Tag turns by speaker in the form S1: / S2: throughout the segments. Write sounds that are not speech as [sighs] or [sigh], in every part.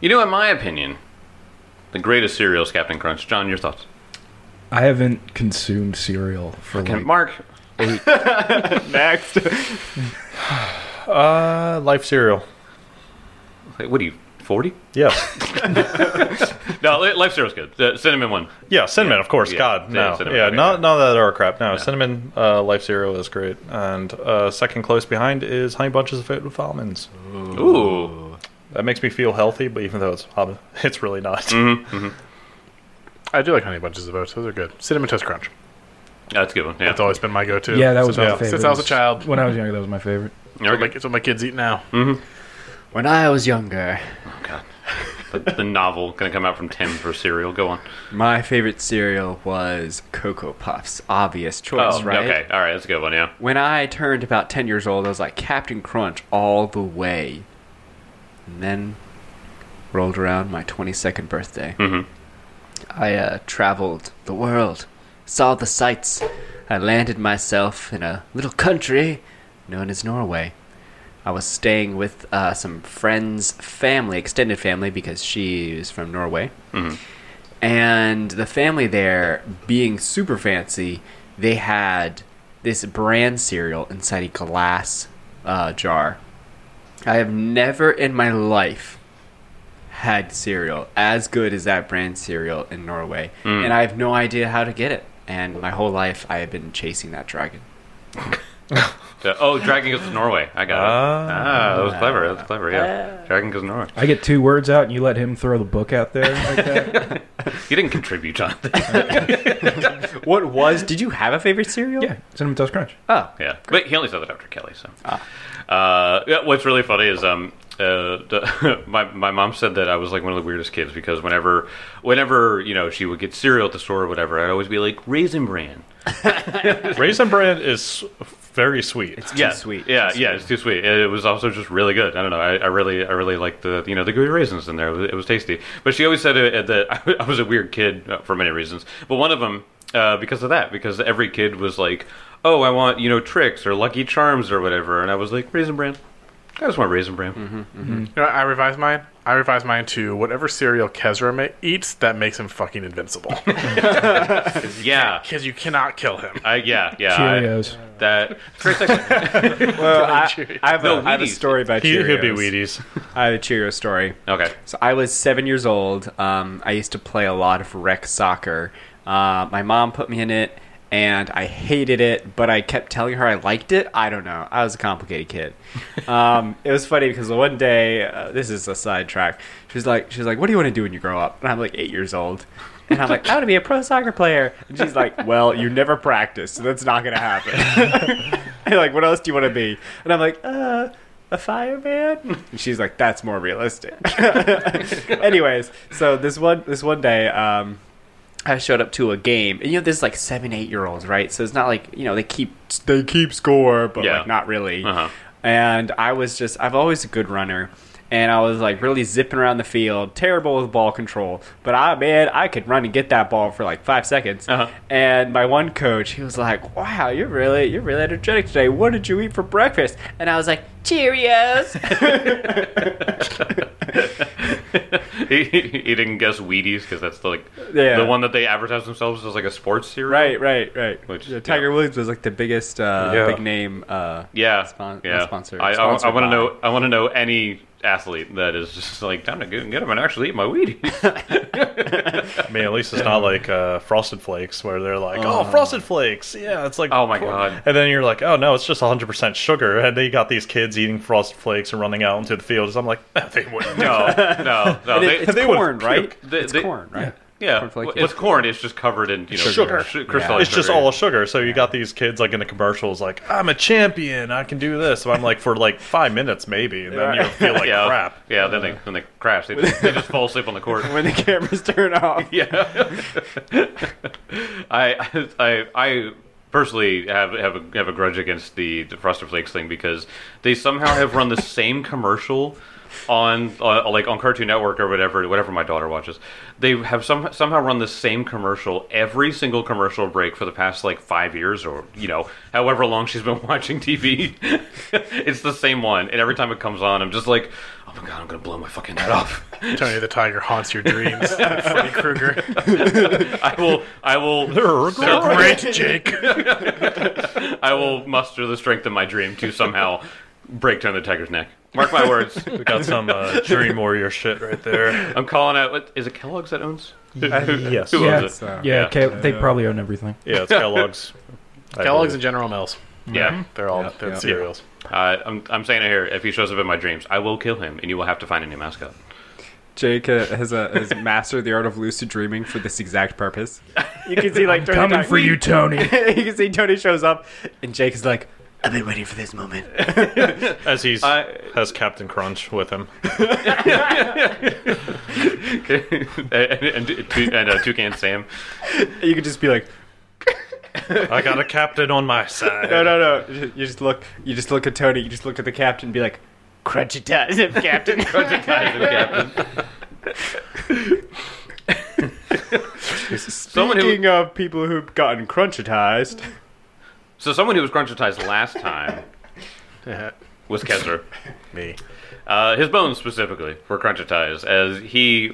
S1: You know, in my opinion, the greatest cereal is Captain Crunch. John, your thoughts?
S2: I haven't consumed cereal for
S1: Can
S2: like,
S1: Mark,
S3: Next. uh, life cereal.
S1: like, what are you, 40? [laughs]
S3: Yes.
S1: No, li- life cereal's good. The cinnamon one.
S3: Yeah, cinnamon, of course.
S1: Yeah.
S3: God,
S1: Yeah,
S3: no.
S1: cinnamon,
S3: Yeah,
S1: okay,
S3: not
S1: yeah.
S3: none of that are crap. No, cinnamon uh, life cereal is great. And uh, second close behind is honey bunches of oat with almonds.
S1: Ooh.
S3: That makes me feel healthy, but even though it's almond- [laughs] it's really not.
S1: Mm-hmm.
S4: I do like Honey Bunches of Oats. Those are good. Cinnamon Toast Crunch.
S1: That's a good one. Yeah.
S4: That's always been my go-to.
S2: yeah, that
S4: since
S2: was
S4: I
S2: my favorite.
S4: Since I was a child.
S2: when I Mm. was younger, that was my favorite.
S1: You're
S4: It's what my-
S1: good.
S4: it's what my kids eat now.
S5: When I was younger,
S1: Oh, God. The, the novel going to come out from Tim for cereal. Go on.
S5: my favorite cereal was Cocoa Puffs. Obvious
S1: [laughs]
S5: choice,
S1: Oh,
S5: right?
S1: okay. All right, that's a good one, yeah.
S5: When I turned about 10 years old, I was like Captain Crunch all the way. And then rolled around my 22nd birthday.
S1: Mhm.
S5: I uh, traveled the world, saw the sights. I landed myself in a little country known as Norway. I was staying with uh, some friends' family, extended family, because she is from Norway.
S1: Mm-hmm.
S5: And the family there, being super fancy, they had this bran cereal inside a glass uh, jar. I have never in my life had cereal as good as that brand cereal in Norway, and I have no idea how to get it. And my whole life, I have been chasing that dragon.
S1: The- oh, Dragon Goes to Norway. I got it.
S3: Ah.
S1: Ah, that was clever. That was clever, yeah. Dragon Goes to Norway.
S2: I get two words out, and you let him throw the book out there like that. [laughs]
S1: You didn't contribute, John. [laughs]
S5: What was? Did you have a favorite cereal?
S2: yeah, cinnamon toast crunch.
S5: Oh,
S1: Yeah, but he only said that after Kelly. So, uh, yeah, what's really funny is um, uh, the, [laughs] my my mom said that I was like one of the weirdest kids because whenever whenever you know she would get cereal at the store or whatever, I'd always be like Raisin Bran.
S3: Raisin bran is very sweet.
S5: it's too
S1: yeah,
S5: sweet.
S1: Yeah,
S5: Too
S1: yeah,
S5: sweet.
S1: it's too sweet. It it was also just really good. I don't know. I, I really, I really liked the you know the gooey raisins in there. It was, it was tasty. But she always said uh, that [laughs] I, I was a weird kid uh, for many reasons. But one of them uh, because of that, because every kid was like, "Oh, I want you know tricks or Lucky Charms or whatever," and I was like, "Raisin Bran." I just want Raisin Bran.
S5: Mm-hmm.
S4: You know, what I revised mine. I revised mine to whatever cereal Kezra ma- eats that makes him fucking
S2: [laughs]
S4: invincible.
S1: Yeah,
S4: Because you cannot kill him.
S1: I, yeah, yeah. I-
S2: Cheerios.
S1: that Chris, I-
S5: Well, I, I have,
S1: No,
S5: a, I have a
S1: Wheaties.
S5: story about
S3: He,
S5: Cheerios.
S3: he'll be Wheaties.
S5: I have a Cheerio story.
S1: okay.
S5: So I was seven years old. Um, I used to play a lot of rec soccer. Uh, my mom put me in it, and I hated it, but I kept telling her I liked it. I don't know. I was a complicated kid. Um, it was funny because one day, uh, this is a sidetrack. She was like, she was like, "What do you want to do when you grow up?" And I'm like, eight years old. And I'm like, I want to be a pro soccer player. And she's like, Well, you never practice, so that's not gonna happen. and [laughs] like, what else do you want to be? And I'm like, Uh, a fireman. And she's like, That's more realistic. [laughs] Anyways, so this one this one day, um, I showed up to a game, and you know, there's like seven, eight year olds, right? So it's not like you know they keep they keep score, but
S1: Yeah.
S5: like not really
S1: Uh-huh.
S5: and I was just I've always a good runner and I was like really zipping around the field, terrible with ball control, but I man, I could run and get that ball for like 5 seconds.
S1: Uh-huh.
S5: And my one coach, he was like, "Wow, you're really you're really energetic today. What did you eat for breakfast?" And I was like, "Cheerios." [laughs]
S1: [laughs] he, he didn't guess Wheaties because that's the, like
S5: Yeah.
S1: the one that they advertise themselves as like a sports cereal.
S5: right, right, right.
S1: Which-
S5: Yeah, Tiger Woods was like the biggest uh,
S3: Yeah.
S5: big name uh
S1: Yeah,
S5: Spon-
S1: yeah.
S5: not sponsored.
S1: I,
S5: Sponsored
S1: want to
S5: by.
S1: know. I want to know any athlete that is just like time to go and get him and actually eat my
S5: [laughs]
S1: Wheaties.
S3: I mean, at least it's not like uh, Frosted Flakes, where they're like, "Oh, Frosted Flakes, yeah." It's like,
S1: Oh my God.
S3: And then you're like, "Oh no, it's just 100 percent sugar." And they got these kids eating Frosted Flakes and running out into the fields. I'm like, [laughs] "They
S1: [laughs]
S3: wouldn't."
S1: no, no, no.
S5: And
S1: They,
S5: it, it's
S3: they would
S5: corn, right?
S1: puke. They-
S5: it's
S1: they-
S5: corn, right?
S1: yeah,
S5: cornflakes.
S1: with corn, it's just covered in you know
S3: Sugar.
S1: sh- crystallized
S3: it's just
S1: sugar.
S3: all sugar. So you got these kids like in the commercials, like, "I'm a champion, I can do this." So I'm like, for like five minutes maybe, and then you feel
S1: [laughs]
S3: like
S1: yeah,
S3: crap.
S1: Yeah, then they then they crash. They just, they just fall asleep on the
S5: [laughs]
S1: court.
S5: When the cameras turn off.
S1: [laughs] yeah. I, I I personally have have a, have a grudge against the, the Frosted Flakes thing because they somehow have run the same commercial on uh, like on Cartoon Network or whatever, whatever my daughter watches, they have some somehow run the same commercial every single commercial break for the past like five years or you know however long she's been [laughs] watching TV. it's the same one, and every time it comes on, I'm just like, oh my god, I'm gonna blow my fucking head off.
S4: Tony the Tiger haunts
S2: [laughs]
S4: your dreams. Freddy Krueger.
S1: [laughs] I will, I will,
S4: They're great, Jake.
S1: I will muster the strength of my dream to somehow break down the tiger's neck. Mark my words.
S3: We got some uh, Dream Warrior shit right there.
S1: I'm calling out. What, is it Kellogg's that owns?
S3: yes.
S1: Who
S2: Yeah.
S1: owns it?
S2: Yeah, Ke- they probably own everything.
S3: Yeah, it's Kellogg's. I
S4: Kellogg's
S3: believe.
S4: and General Mills.
S1: Yeah.
S4: They're all they're
S2: yeah.
S4: cereals.
S1: Uh, I'm, I'm saying it here. If he shows up in my dreams, I will kill him, and you will have to find a new mascot.
S6: Jake uh, has, uh has mastered the art of lucid dreaming for this exact purpose. You can see like Tony
S2: Coming for you,
S4: [laughs]
S2: Tony.
S6: [laughs] you can see Tony shows up, and Jake is like, "I've been waiting for this moment." [laughs]
S3: As he's
S1: I- [laughs]
S3: [laughs] has Captain Crunch with him.
S1: and and, and, and uh, Toucan Sam.
S6: you could just be like,
S3: I got a captain on my side.
S5: [laughs]
S6: "No, no, no!" You you just look, you just look at Tony, you just look at the captain, and be like, "Crunch it does, [laughs] Captain."
S1: [laughs] Someone who-
S6: Speaking of people who've gotten crunchitized,
S1: So someone who was crunchitized last time was Kessler.
S4: Me.
S1: Uh, his bones specifically were crunchitized as he.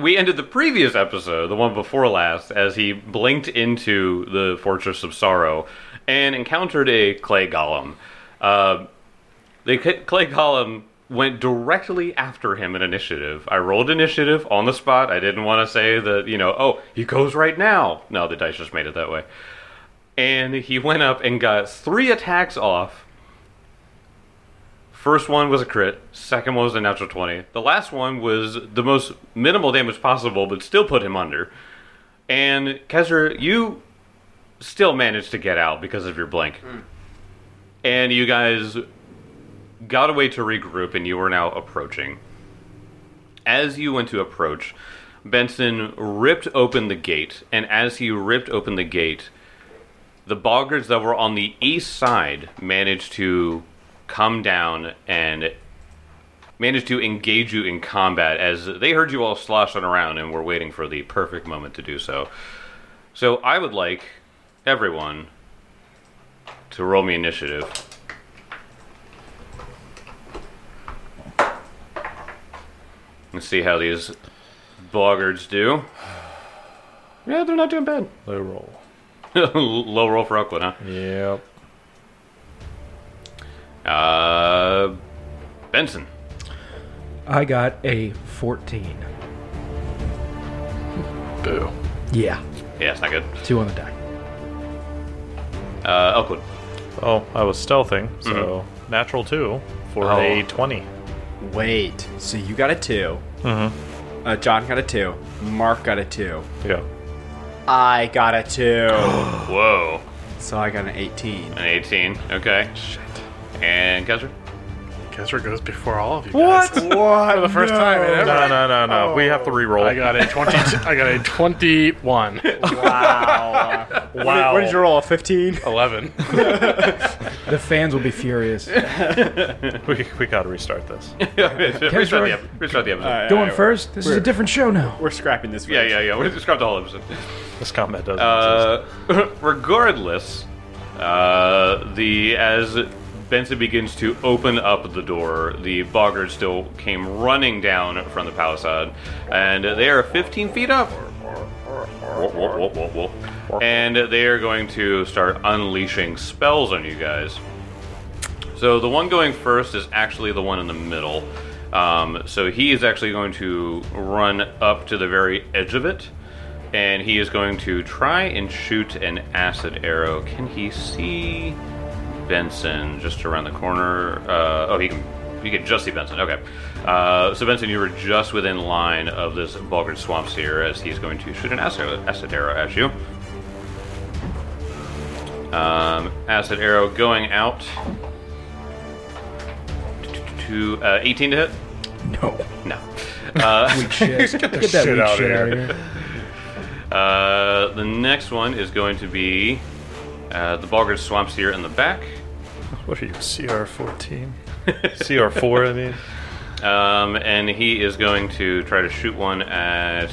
S1: We ended the previous episode, the one before last, as he blinked into the Fortress of Sorrow and encountered a clay golem. Uh, the c- clay golem went directly after him in initiative. I rolled initiative on the spot. I didn't want to say that, you know, oh, he goes right now. No, the dice just made it that way. And he went up and got three attacks off First one was a crit. Second one was a natural 20. The last one was the most minimal damage possible, but still put him under. And Kesra, you still managed to get out because of your blink. And you guys got away to regroup, and you were now approaching. As you went to approach, Benson ripped open the gate, and as he ripped open the gate, the boggers that were on the east side managed to come down and managed to engage you in combat as they heard you all sloshing around and were waiting for the perfect moment to do so. So I would like everyone to roll me initiative. Let's see how these boggards do. [laughs] Yeah, they're not doing bad.
S3: Low roll.
S1: Low roll for Oakland, huh?
S3: Yep.
S1: Uh, Benson.
S2: I got a 14.
S4: Boo.
S2: Yeah.
S1: Yeah, it's not good.
S2: Two on the die.
S1: Uh, Elkwood.
S3: Oh, I was stealthing, so natural two for
S1: Oh.
S3: a twenty.
S6: wait. So you got a 2 Uh, John got a two. Mark got a two.
S3: Yeah.
S6: I got a [gasps] two.
S1: Whoa.
S6: so I got an 18.
S1: An 18. Okay. Shit. And [laughs] Kesser?
S4: Kesra goes before all of you
S6: What?
S4: guys.
S6: [laughs] what?
S4: For the first time in ever.
S3: No, no, no, no. We
S4: Oh.
S3: have to re-roll.
S4: I got a
S3: [laughs]
S4: twenty. I got a
S2: [laughs]
S4: twenty-one.
S6: Wow.
S3: Wow.
S6: What did you roll? A 15?
S4: Eleven.
S2: The fans will be
S4: [laughs]
S2: furious.
S3: we, we got to restart this.
S1: restart, the ep- restart the episode.
S2: Going first? This is a
S6: We're-
S2: different show now.
S6: [laughs] We're scrapping this.
S1: Yeah, yeah, yeah. We're described the whole episode.
S3: This combat doesn't exist.
S1: Uh, regardless, uh, the as Benson begins to open up the door, the boggers still came running down from the palisade, and they are 15 feet up. Whoa, whoa, whoa, whoa, whoa. And they are going to start unleashing spells on you guys. So the one going first is actually the one in the middle. Um, so he is actually going to run up to the very edge of it, and he is going to try and shoot an acid arrow. Can he see Benson just around the corner? Uh, oh, he can. You can just see Benson. Okay. Uh, so, Benson, you were just within line of this Bulgard Swamp Seer as he's going to shoot an acid, acid arrow at you. Um, acid arrow going out to uh, 18 to hit?
S4: [laughs]
S2: No.
S1: No. Uh,
S2: Weak shit. Get, that
S4: shit
S2: weak
S4: out of
S2: shit
S4: here.
S2: out of here.
S1: uh, the next one is going to be uh, the Boggart Swamps here in the back.
S3: What are you, CR fourteen? CR four, I mean.
S1: Um, and he is going to try to shoot one at.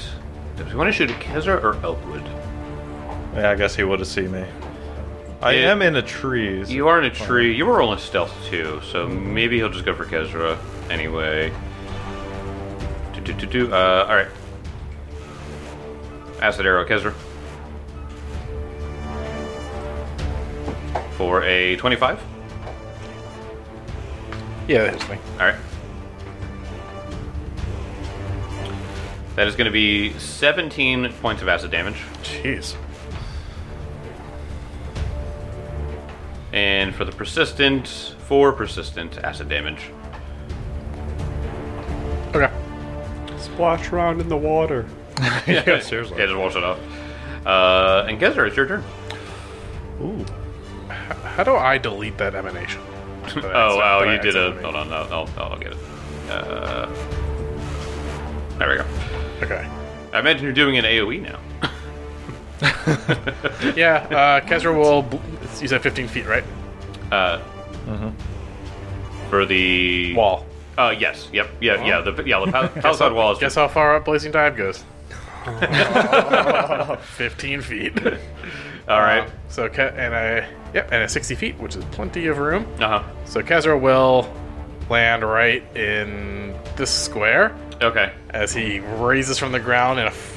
S1: Does he want to shoot at Kezra or Elkwood?
S3: Yeah, I guess he would have seen me. I
S1: It-
S3: am in a tree. so-
S1: You are in a tree. You were rolling stealth too, so maybe he'll just go for Kezra anyway. Do, do, do, do. Uh, all right. Acid arrow, Kezra. For a 25.
S4: Yeah, that hits me.
S1: All right. That is going to be 17 points of acid damage.
S4: Jeez.
S1: And for the persistent, 4 persistent acid damage.
S4: Okay.
S3: Splash around in the
S4: [laughs]
S3: water. yeah, seriously.
S1: Yeah, just wash it off. Uh, and Kezra, it's your turn.
S3: Ooh.
S4: How do I delete that emanation?
S1: Oh, wow, you did a. Hold on, I'll, I'll, I'll get it. Uh, there we go.
S4: Okay.
S1: I imagine you're doing an AoE now.
S4: Yeah, uh, Kezra will. Bl- you said 15 feet, right?
S1: Uh, For the
S4: Mm-hmm. Wall.
S1: Uh, yes. Yep. Yeah. Yeah. The yeah the pal- palisade wall is
S4: [laughs] Guess how far up Blazing
S3: [laughs]
S4: Dive goes? [laughs] 15 feet. Um,
S1: all right.
S4: So, Ke- and I. Yep, and it's 60 feet, which is plenty of room.
S1: Uh huh.
S4: So Kezra will land right in this square
S1: Okay.
S4: as he raises from the ground in a f-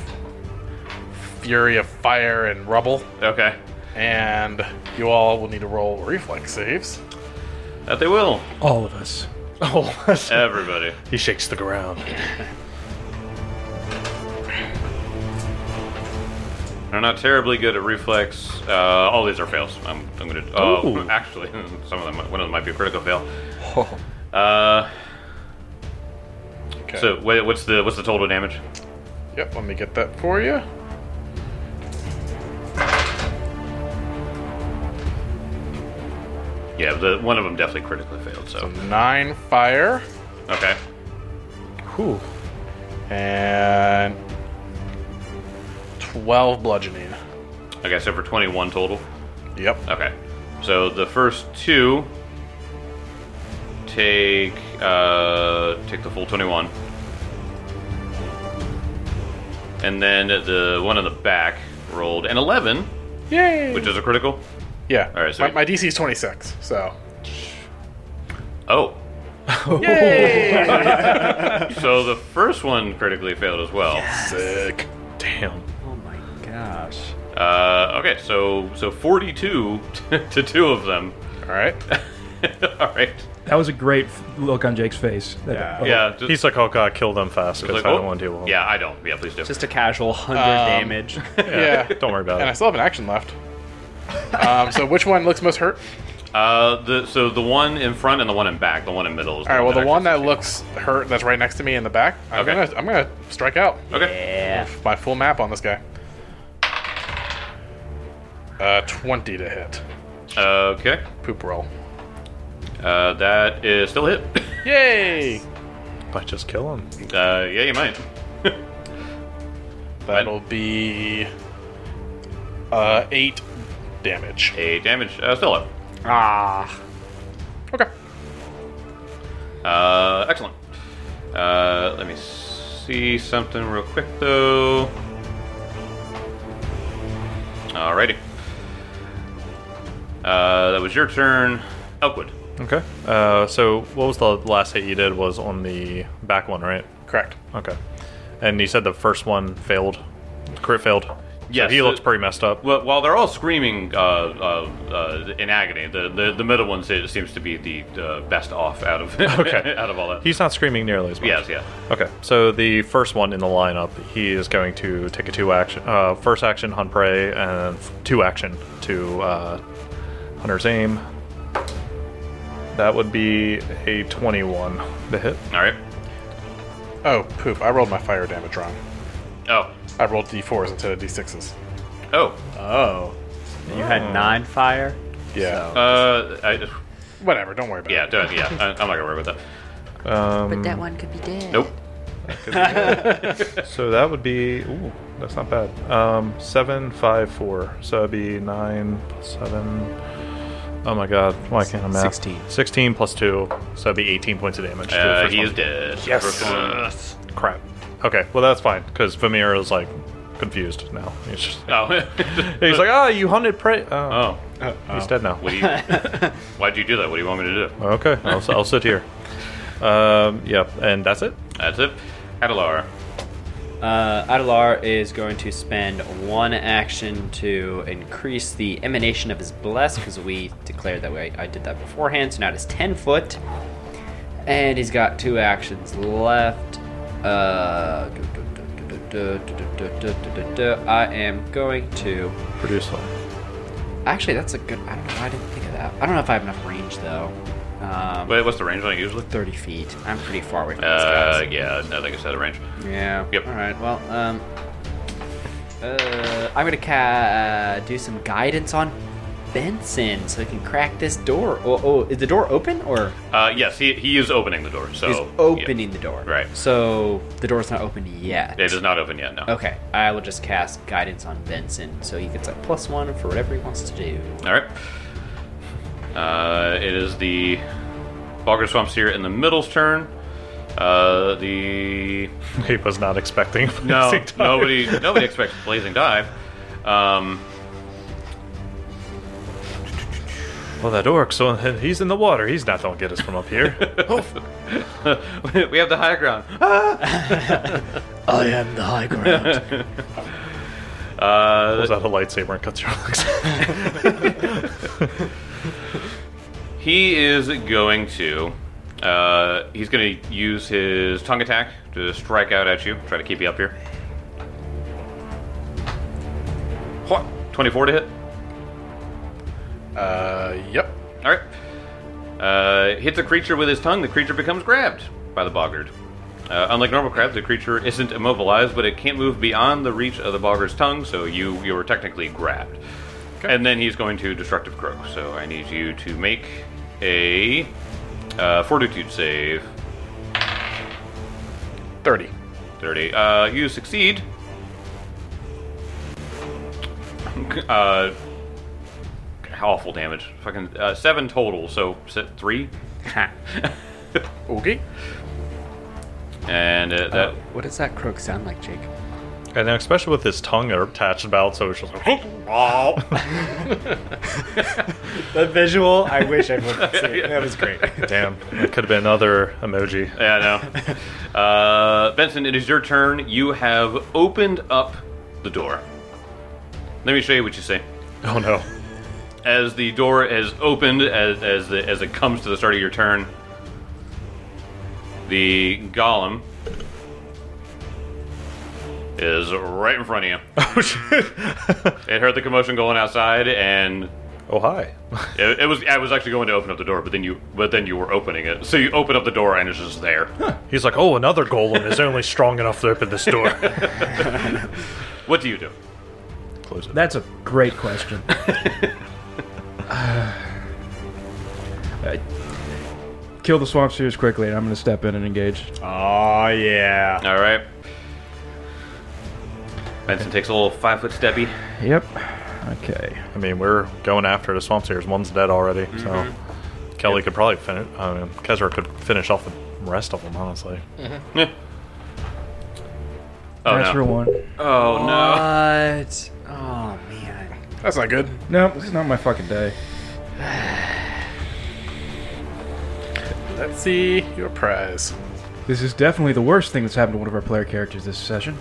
S4: fury of fire and rubble.
S1: Okay.
S4: And you all will need to roll reflex saves.
S1: That they will.
S2: All of us.
S3: Oh,
S1: Everybody.
S3: [laughs] he shakes the ground.
S1: They're not terribly good at reflex. Uh, all these are fails. I'm, I'm gonna. Oh,
S3: Ooh.
S1: actually, [laughs] some of them. One of them might be a critical fail.
S3: [laughs]
S1: Uh,
S4: Okay.
S1: so wha- what's the what's the total damage?
S4: Yep, let me get that for you.
S1: Yeah, the one of them definitely critically failed. So
S4: Nine fire
S1: okay,
S3: Ooh.
S4: and 12 bludgeoning.
S1: okay. So for 21 total.
S4: Yep.
S1: Okay, so the first two take uh, take the full 21, and then the one in the back rolled an 11,
S4: Yay!
S1: which is a critical.
S4: yeah.
S1: All right, so-
S4: my, my DC is 26, so.
S1: Oh,
S4: Yay!
S1: so the first one critically failed as well.
S4: Sick.
S3: Damn.
S6: Oh my gosh.
S1: Uh, okay, so so 42 [laughs] to two of them. [laughs]
S4: All right.
S1: All right.
S2: That was a great f- look on Jake's face. That-
S6: Yeah.
S2: oh,
S1: Yeah. Just,
S3: He's like, oh god, kill them fast
S1: just
S3: because
S1: like,
S3: I
S1: oh.
S3: don't want to deal with them.
S1: Yeah, I don't. Yeah, please do.
S6: Just a casual 100
S1: Um, [laughs]
S6: damage.
S3: [laughs]
S4: Yeah.
S3: Don't worry about
S4: And I
S3: it.
S4: still have an action left. Um, so which one looks most hurt?
S1: Uh, the so the one in front and the one in back, the one in middle. Is
S4: All right. Well, the one that
S1: actually
S4: looks hurt that's right next to me in the back. I'm
S1: Okay.
S4: gonna I'm gonna strike out
S1: succeeds. Okay.
S6: Yeah.
S4: my full map on this guy. Uh, twenty to hit.
S1: Okay.
S4: Poop roll.
S1: Uh, that is still hit. [coughs]
S4: Yay!
S3: But just kill him.
S1: uh, yeah, you might.
S4: That'll be uh eight damage.
S1: A damage. Uh, still up.
S6: Ah.
S4: Okay.
S1: Uh, excellent. Uh, let me see something real quick though. Alrighty. Uh, that was your turn, Elkwood.
S3: Okay. Uh, so what was the last hit you did was on the back one, right?
S4: Correct.
S3: Okay. And you said the first one failed. Crit failed. So
S1: Yes,
S3: he
S1: the-
S3: looks pretty messed up.
S1: Well, while they're all screaming uh, uh, uh, in agony, the, the the middle one se- seems to be the uh, best off out of [laughs]
S3: Okay.
S1: out of all that.
S3: He's not screaming nearly as much.
S1: yes, yeah.
S3: Okay. So the first one in the lineup, he is going to take a two action, uh, first action hunt prey, and f- two action to uh, hunter's aim. That would be a twenty-one. The hit.
S1: All right.
S4: Oh poop! I rolled my fire damage wrong.
S1: Oh,
S4: I rolled d4s instead of d6s.
S1: oh.
S6: Oh. You had nine fire?
S4: Yeah.
S1: Uh, I,
S4: Whatever. Don't worry about
S1: yeah,
S4: it.
S1: don't, yeah. I, I'm not gonna worry about that.
S7: But that one could be dead.
S1: Nope.
S3: So that would be ooh, that's not bad. Um, seven, five, four. So that'd be nine plus seven. Oh my god, why can't I math?
S6: 16.
S3: 16 plus 2, so that'd be 18 points of damage. to the
S1: Uh,
S3: first
S1: he
S3: one.
S1: is dead.
S4: Yes.
S1: Uh,
S3: Crap. Okay, well that's fine, because Vamir is like confused now. He's just
S1: oh. [laughs]
S3: he's like, ah, you hunted prey. Oh,
S1: oh.
S3: he's dead now.
S1: What do you, why'd you do that? What do you want me to do?
S3: Okay, I'll, s- I'll sit here. Um, yep, and that's it.
S1: That's it. Adelar.
S5: Uh, Adelar is going to spend one action to increase the emanation of his bless because we declared that way. I did that beforehand, so now it is ten foot, and he's got two actions left. Uh, I am going to.
S3: Produce one.
S5: Actually, that's a good. I don't know. Why I didn't think of that. I don't know if I have enough range though. Um,
S1: Wait, what's the range on it usually?
S5: thirty feet. I'm pretty far away from this guy.
S1: Uh, yeah, I think it's out of range.
S5: Yeah.
S1: Yep.
S5: All right. Well, um, uh, I'm gonna ca- uh, do some guidance on Benson so he can crack this door. Oh, oh is the door open or
S1: Uh, yes, he, he is opening the door. So
S5: is
S1: yeah.
S5: opening the door?
S1: Right.
S5: So the door's not open yet.
S1: It is not open yet. No.
S5: Okay. I will just cast guidance on Benson so he gets a plus one for whatever he wants to do.
S1: All right. Uh, it is the Bogger Swamp Seer in the middle's turn. Uh, the
S3: He was not expecting.
S1: [laughs]
S3: [laughs]
S1: no,
S3: Blazing Dive.
S1: nobody nobody expects Blazing Dive. Um, [laughs]
S3: Well, that orc, so uh, he's in the water. He's not gonna get us from
S1: [laughs]
S3: up here.
S1: we have the high ground.
S5: I am the high [laughs] ground.
S1: Uh,
S3: Pulls out a lightsaber and cuts your legs. [laughs]
S1: He is going to. Uh, he's going to use his tongue attack to strike out at you, try to keep you up here. What? 24 to hit?
S4: Uh, yep.
S1: Alright. Uh, hits a creature with his tongue, the creature becomes grabbed by the boggard. Uh, unlike normal crabs, the creature isn't immobilized, but it can't move beyond the reach of the boggard's tongue, so you, you were technically grabbed. And then he's going to Destructive Croak, so I need you to make a uh, Fortitude save.
S4: 30.
S1: 30. Uh, you succeed. Uh, awful damage. Fucking uh, seven total. So set three,
S4: Okay.
S1: and uh,
S5: Oh.
S1: that
S6: What does that croak sound like, Jake?
S3: and then, especially with his tongue attached about, so it's just like, [laughs]
S6: The visual, I wish everyone could see it. That
S4: [laughs]
S6: was great.
S3: damn, it could have been another emoji.
S1: Yeah, I know. uh, Benson, it is your turn. You have opened up the door. Let me show you what you see.
S3: Oh no. [laughs]
S1: As the door is opened, as as, the, as it comes to the start of your turn, the golem is right in front of
S3: [laughs]
S1: you.
S3: Oh shit.
S1: it heard the commotion going outside, and
S3: Oh hi. [laughs]
S1: it, it was I was actually going to open up the door, but then you but then you were opening it, so you open up the door and it's just there.
S3: He's like, oh, another golem is only strong enough to open
S1: [laughs]
S3: this door.
S1: What do you do?
S3: Close it.
S2: That's a great
S1: [laughs]
S2: question. [sighs] I- Kill the swamp seers quickly, and I'm going to step in and engage.
S6: Oh, yeah.
S1: All right. Benson takes a little five foot steppy.
S2: Yep. Okay.
S3: I mean, we're going after the swamp seers. One's dead already, so Kelly could probably finish. I mean, Kezra could finish off the rest of them. Honestly,
S1: Yeah. Oh
S2: Natural
S1: no!
S2: one.
S1: Oh no!
S6: What? Oh, man.
S4: That's not good.
S2: No, this is not my fucking day.
S4: Let's see your prize.
S2: This is definitely the worst thing that's happened to one of our player characters this session.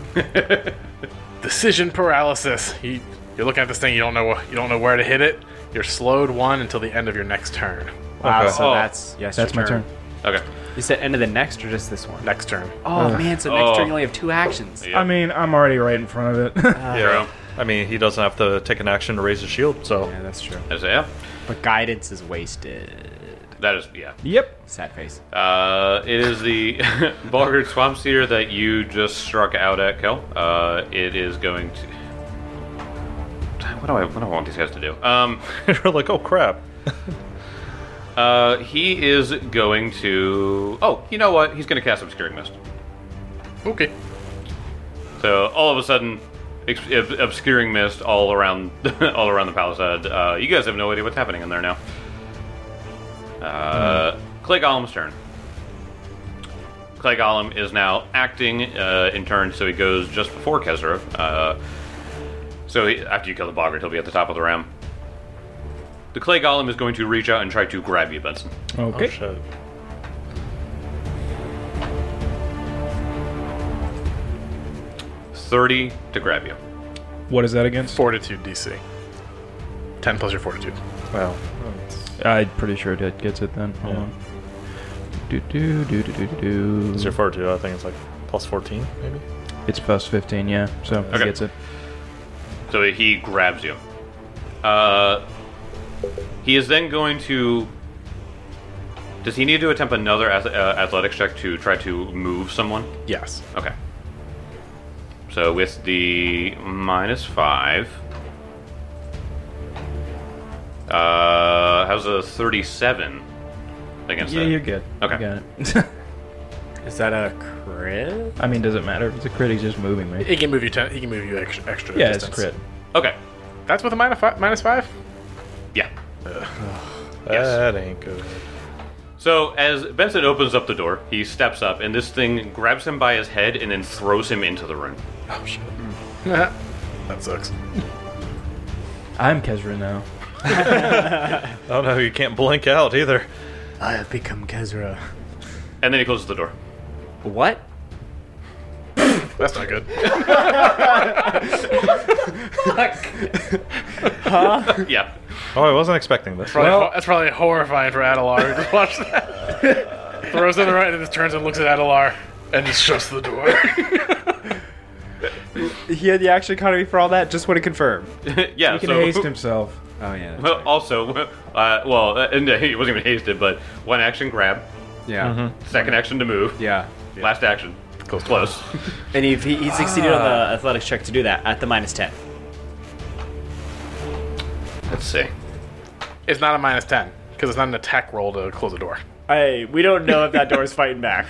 S4: Decision paralysis. You, you're looking at this thing. You don't know. wh- You don't know where to hit it. You're slowed one until the end of your next turn.
S6: Wow,
S1: Okay.
S6: so
S1: Oh.
S6: that's yes.
S2: That's
S6: your
S2: my turn.
S1: Okay.
S6: Is that end of the next or just this one?
S4: Next turn.
S6: Oh man, so next
S1: Oh.
S6: turn you only have two actions.
S1: Yeah.
S2: I mean, I'm already right in front of it.
S1: [laughs]
S2: [laughs]
S1: Zero.
S3: I mean, he doesn't have to take an action to raise his shield, so
S6: Yeah, that's true.
S1: That's a yeah.
S6: But guidance is wasted.
S1: That is yeah.
S2: yep.
S6: Sad face.
S1: Uh, it is the [laughs] Boggart Swamp Seer that you just struck out at, Kel. Uh, it is going to. What do I? What do I want these guys to do? Um,
S3: [laughs] we're like, oh crap.
S1: uh, he is going to. Oh, you know what? He's going to cast Obscuring Mist.
S4: Okay.
S1: So all of a sudden, ex- ob- [laughs] obscuring mist all around all around the palisade. Uh, you guys have no idea what's happening in there now. Uh, Clay Golem's turn. Clay Golem is now acting uh, in turn, so he goes just before Kezra. Uh, so he, after you kill the boggart, he'll be at the top of the round. The Clay Golem is going to reach out and try to grab you, Benson. Oh,
S2: Okay.
S3: Oh, shit.
S1: Thirty to grab you.
S2: what is that against?
S4: Fortitude DC. 10 plus your fortitude.
S3: Wow.
S2: I'm pretty sure that gets it then. Hold
S3: Yeah.
S2: on. Do do do do do do.
S3: It's your fortitude. I think it's like plus 14, maybe.
S2: It's plus 15, yeah. So it
S1: Okay.
S2: gets it.
S1: So he grabs you. Uh, he is then going to. Does he need to attempt another ath- uh, athletics check to try to move someone?
S4: Yes.
S1: Okay. So with the minus five. Uh, how's a 37 against
S2: Yeah,
S1: that?
S2: you're good.
S1: Okay.
S2: You got it.
S5: Is that a crit?
S2: I mean, does it matter if it's a crit? He's just moving me.
S4: He can move you ten, he can move you extra, extra
S2: Yeah, it's a crit.
S4: distance.
S1: Okay.
S4: That's with a minus five, minus five?
S1: Yeah.
S3: That ain't good.
S1: So as Benson opens up the door, he steps up, and this thing grabs him by his head and then throws him into the room.
S4: Oh, shit. [laughs] that sucks.
S2: I'm Kezra now.
S3: Oh no, you can't blink out either.
S5: I have become Kezra.
S1: And then he closes the [laughs] door.
S5: What?
S4: That's not good.
S1: yeah. [laughs]
S3: Oh, I wasn't expecting this.
S4: Probably ho- that's probably horrifying for Adelar. Just watch that.
S5: [laughs]
S4: Throws in the right and just turns and looks at Adelar and just shuts the door.
S6: He had the action economy for all that. Just want to confirm.
S1: yeah.
S2: He can
S1: so
S2: haste himself.
S6: Oh yeah.
S1: [laughs] Well, also, [laughs] uh, well, uh, and, uh, [laughs] he wasn't even hasted, but one action grab,
S6: Yeah.
S1: second action to move,
S6: Yeah.
S1: [laughs] last action close, [laughs] close.
S5: And he, he, he succeeded on the athletics check to do that at the minus 10.
S1: Let's see.
S4: it's not a minus 10 because it's not an attack roll to close the door.
S5: Hey, we don't know if that door's fighting
S6: [laughs]
S5: back.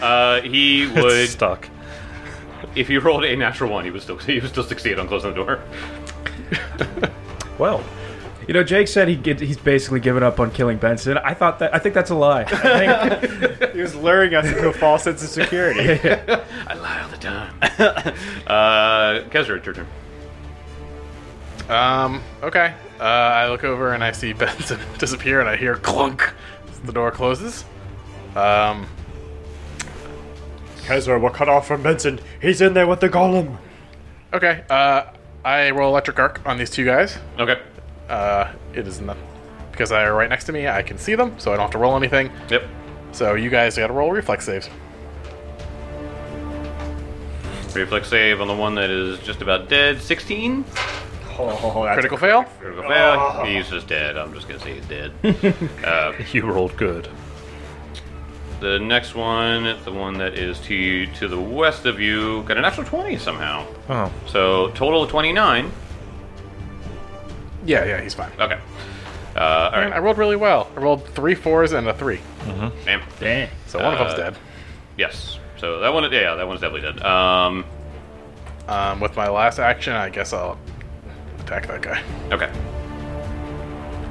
S1: Uh, [laughs] he
S3: [laughs] It's
S1: would,
S3: stuck.
S1: if he rolled a natural one, he would still [laughs] he would still succeed on closing the door.
S3: Well,
S2: You know, Jake said he get, he's basically given up on killing Benson. I thought that. I think that's a lie. I [laughs] think,
S5: he was luring us into a false sense of security.
S1: I lie all the time. [laughs] uh, Kezra, it's your turn.
S4: Um, okay. Uh, I look over and I see [laughs] Benson disappear and I hear clunk as the door closes. Um,
S5: Kezra, we're cut off from Benson. He's in there with the golem.
S4: okay. Uh, I roll electric arc on these two guys.
S1: Okay.
S4: Uh, it is not because they're right next to me. I can see them, so I don't have to roll anything.
S1: Yep.
S4: So you guys got to roll reflex saves.
S1: Reflex save on the one that is just about dead. Sixteen.
S5: Oh, that's
S4: Critical fail.
S1: Critical fail. He's just dead. I'm just gonna say he's dead.
S3: [laughs]
S1: [laughs]
S3: you rolled good.
S1: The next one, the one that is to you, to the west of you, got an extra 20 somehow.
S3: Oh,
S1: So, total of 29.
S4: Yeah, yeah, he's fine.
S1: Okay. Uh, all
S4: Man, I
S1: right.
S4: rolled really well. I rolled three fours and a three.
S1: Bam.
S2: Dang.
S4: So one of them's
S1: Uh,
S4: dead.
S1: Yes. So, that one, yeah, that one's definitely dead. Um,
S4: Um, with my last action, I guess I'll attack that guy.
S1: okay.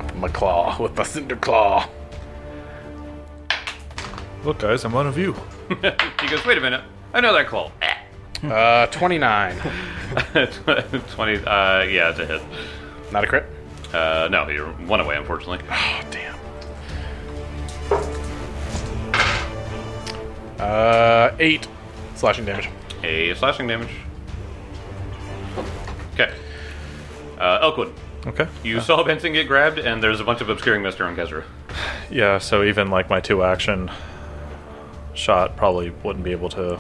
S4: With my claw, [laughs] with the cinder claw.
S3: look, guys, I'm one of you.
S1: he goes, wait a minute. I know that [laughs] call. Eh.
S3: [laughs]
S4: Uh, 29.
S1: 20, uh, yeah, it's a hit.
S4: Not a crit?
S1: Uh, no, you're one away, unfortunately.
S4: Oh, damn. Uh, 8 slashing damage.
S1: A slashing damage. Okay. Uh, Elkwood,
S3: Okay.
S1: you saw Benson get grabbed, and there's a bunch of obscuring mist around Kezra.
S3: Yeah, so even like my two action shot probably wouldn't be able to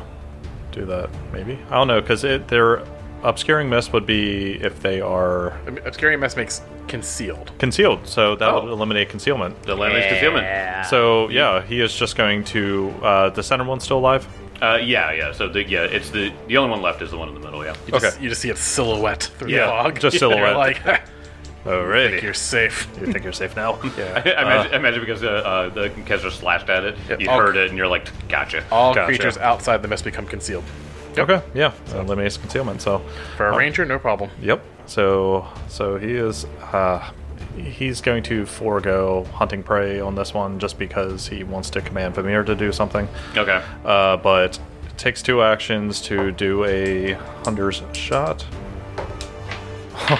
S3: do that, maybe. I don't know, because their obscuring mist would be if they are
S4: Ob- Obscuring Mess makes concealed.
S3: concealed, so that
S1: Oh.
S3: would eliminate concealment.
S1: The land yeah. concealment.
S5: Yeah.
S3: So yeah, he is just going to. Uh, the center one's still alive.
S1: Uh, yeah, yeah. So the yeah, it's the the only one left is the one in the middle. Yeah.
S4: You just,
S3: Okay.
S4: You just see its silhouette through
S3: Yeah,
S4: the fog. [laughs]
S3: just
S4: You're
S3: silhouette.
S4: like, "Ha,
S3: Alrighty,
S4: you're safe.
S3: you think you're safe [laughs] now?
S1: I, [laughs] I imagine, I imagine because uh, uh, the Kezra slashed at it,
S4: Yep.
S1: you
S4: Oh.
S1: heard it, and you're like, gotcha.
S4: All
S3: Gotcha.
S4: creatures outside the mist become concealed.
S3: Okay, yeah, so. eliminates concealment. So
S4: For a ranger, no problem.
S3: Yep. So so he is uh he's going to forego hunting prey on this one just because he wants to command Vimir to do something.
S1: Okay.
S3: Uh, but it takes two actions to do a hunter's shot. [laughs]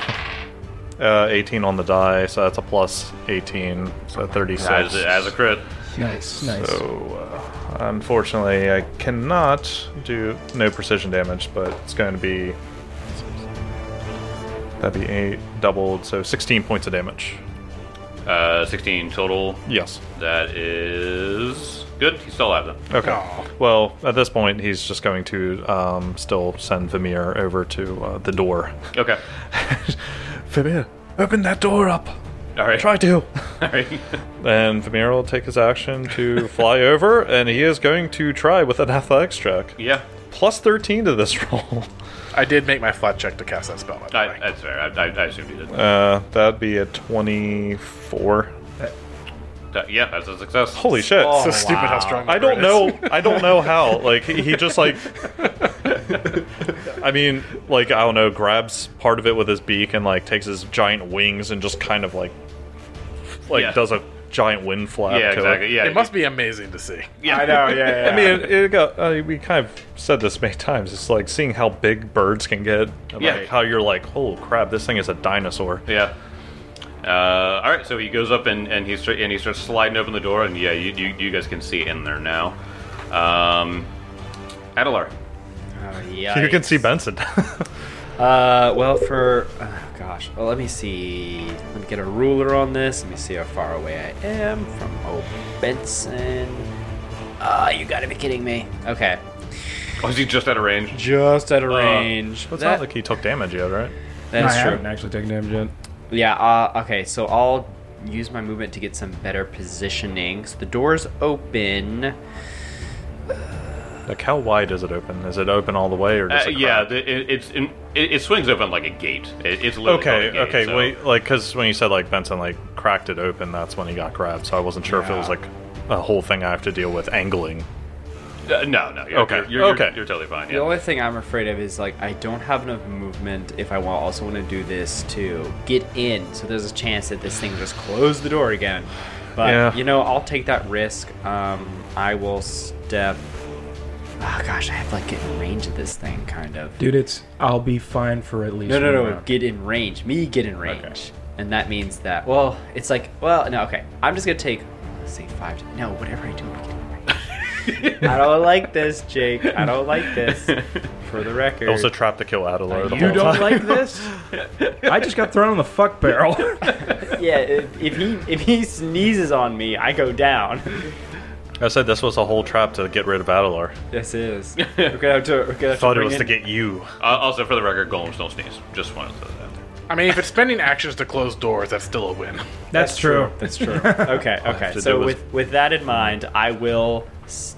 S3: uh, 18 on the die, so that's a plus 18, so 36.
S1: As, as a crit.
S2: Nice, nice.
S3: So, uh, unfortunately, I cannot do no precision damage, but it's going to be that'd be eight doubled, so 16 points of damage.
S1: Uh, 16 total.
S3: Yes.
S1: That is good. He's still alive then.
S3: Okay.
S4: Aw.
S3: Well, at this point, he's just going to um, still send Vimir over to uh, the door. [laughs]
S1: Okay.
S3: Vimir, open that door up.
S1: All right.
S3: Try to.
S1: [laughs] All right.
S3: And Vimir will take his action to [laughs] fly over, and he is going to try with an athletics check.
S1: yeah.
S3: Plus 13 to this [laughs] roll.
S4: I did make my flat check to cast that spell. by the
S1: I,
S4: way.
S1: that's fair. I, I, I assumed he did.
S3: Uh, that'd be a 24.
S1: That- yeah, that's a success.
S3: Holy shit.
S1: Oh,
S4: so stupid how strong.
S3: I
S4: the
S3: don't
S4: bird is.
S3: know. I don't know how. Like he he just like. I mean, like I don't know. Grabs part of it with his beak and like takes his giant wings and just kind of like, like
S1: Yeah.
S3: does a giant wind flap.
S1: Yeah,
S3: to
S1: exactly. [laughs] Yeah.
S4: It must be amazing to see.
S1: Yeah.
S6: I know, yeah, yeah.
S3: I mean, it, it got, I we kind of said this many times. It's like seeing how big birds can get. and,
S1: Yeah.
S3: Like how you're like, holy crap, this thing is a dinosaur.
S1: Yeah. Uh, all right, so he goes up and, and he start, and he starts sliding open the door, and yeah, you, you, you guys can see in there now. Um, Adelar.
S6: Oh,
S5: yeah.
S3: You can see Benson. [laughs]
S5: Uh, well, for oh gosh, well, let me see. Let me get a ruler on this. Let me see how far away I am from Oh Benson. Ah, you gotta be kidding me. Okay,
S1: Oh, is he just out of range?
S5: just out of range.
S3: it's
S5: That-
S3: not like he took damage yet, right?
S5: that's
S2: I
S5: true.
S2: haven't actually taken damage yet.
S5: Yeah, uh, okay, so I'll use my movement to get some better positioning. So the door's open.
S3: Like how wide is it open? Is it open all the way or
S1: Uh,
S3: just a
S1: yeah,
S3: crack?
S1: the, it, it's in, it, it swings open like a gate. It, it's literally called
S3: Okay,
S1: a gate,
S3: okay,
S1: so-
S3: wait, like, because when you said, like, Benson, like, cracked it open, that's when he got grabbed, so I wasn't sure if it was, like, a whole thing I have to deal with angling.
S1: Uh, no, no. You're,
S3: Okay,
S1: You're, you're,
S3: okay.
S1: You're, you're totally fine.
S5: The
S1: Yeah.
S5: only thing I'm afraid of is like I don't have enough movement if I want also want to do this to get in. So there's a chance that this thing just close the door again. But
S3: Yeah.
S5: you know, I'll take that risk. Um, I will step. Oh gosh, I have to like get in range of this thing, kind of.
S2: Dude, it's I'll be fine for at least.
S5: No, no,
S2: one
S5: no.
S2: round.
S5: Get in range. Me get in range. And that means that, well, it's like, well, no, okay. I'm just going to take, let's say five. To, no, whatever I do, I'm [laughs] gonna get in range. I don't like this, Jake. I don't like this. For the record.
S3: It was a trap to kill Adelar the
S5: you
S3: whole
S5: don't
S3: time.
S5: like this?
S2: I just got thrown on the fuck barrel. [laughs]
S5: Yeah, if, if he if he sneezes on me, I go down.
S3: [laughs] I said this was a whole trap to get rid of Adelar.
S5: This is. [laughs] We're gonna have to. We're gonna have
S3: I thought
S5: to
S3: it
S5: bring
S3: was
S5: in-
S3: to get you.
S1: Uh, also, for the record, golems don't sneeze. Just wanted to throw that out there.
S4: I mean, if it's spending actions to close doors, that's still a win.
S2: That's true.
S3: [laughs]
S5: That's true. okay, okay.
S3: to
S5: So
S3: do is-
S5: with with that in mind, I will. s-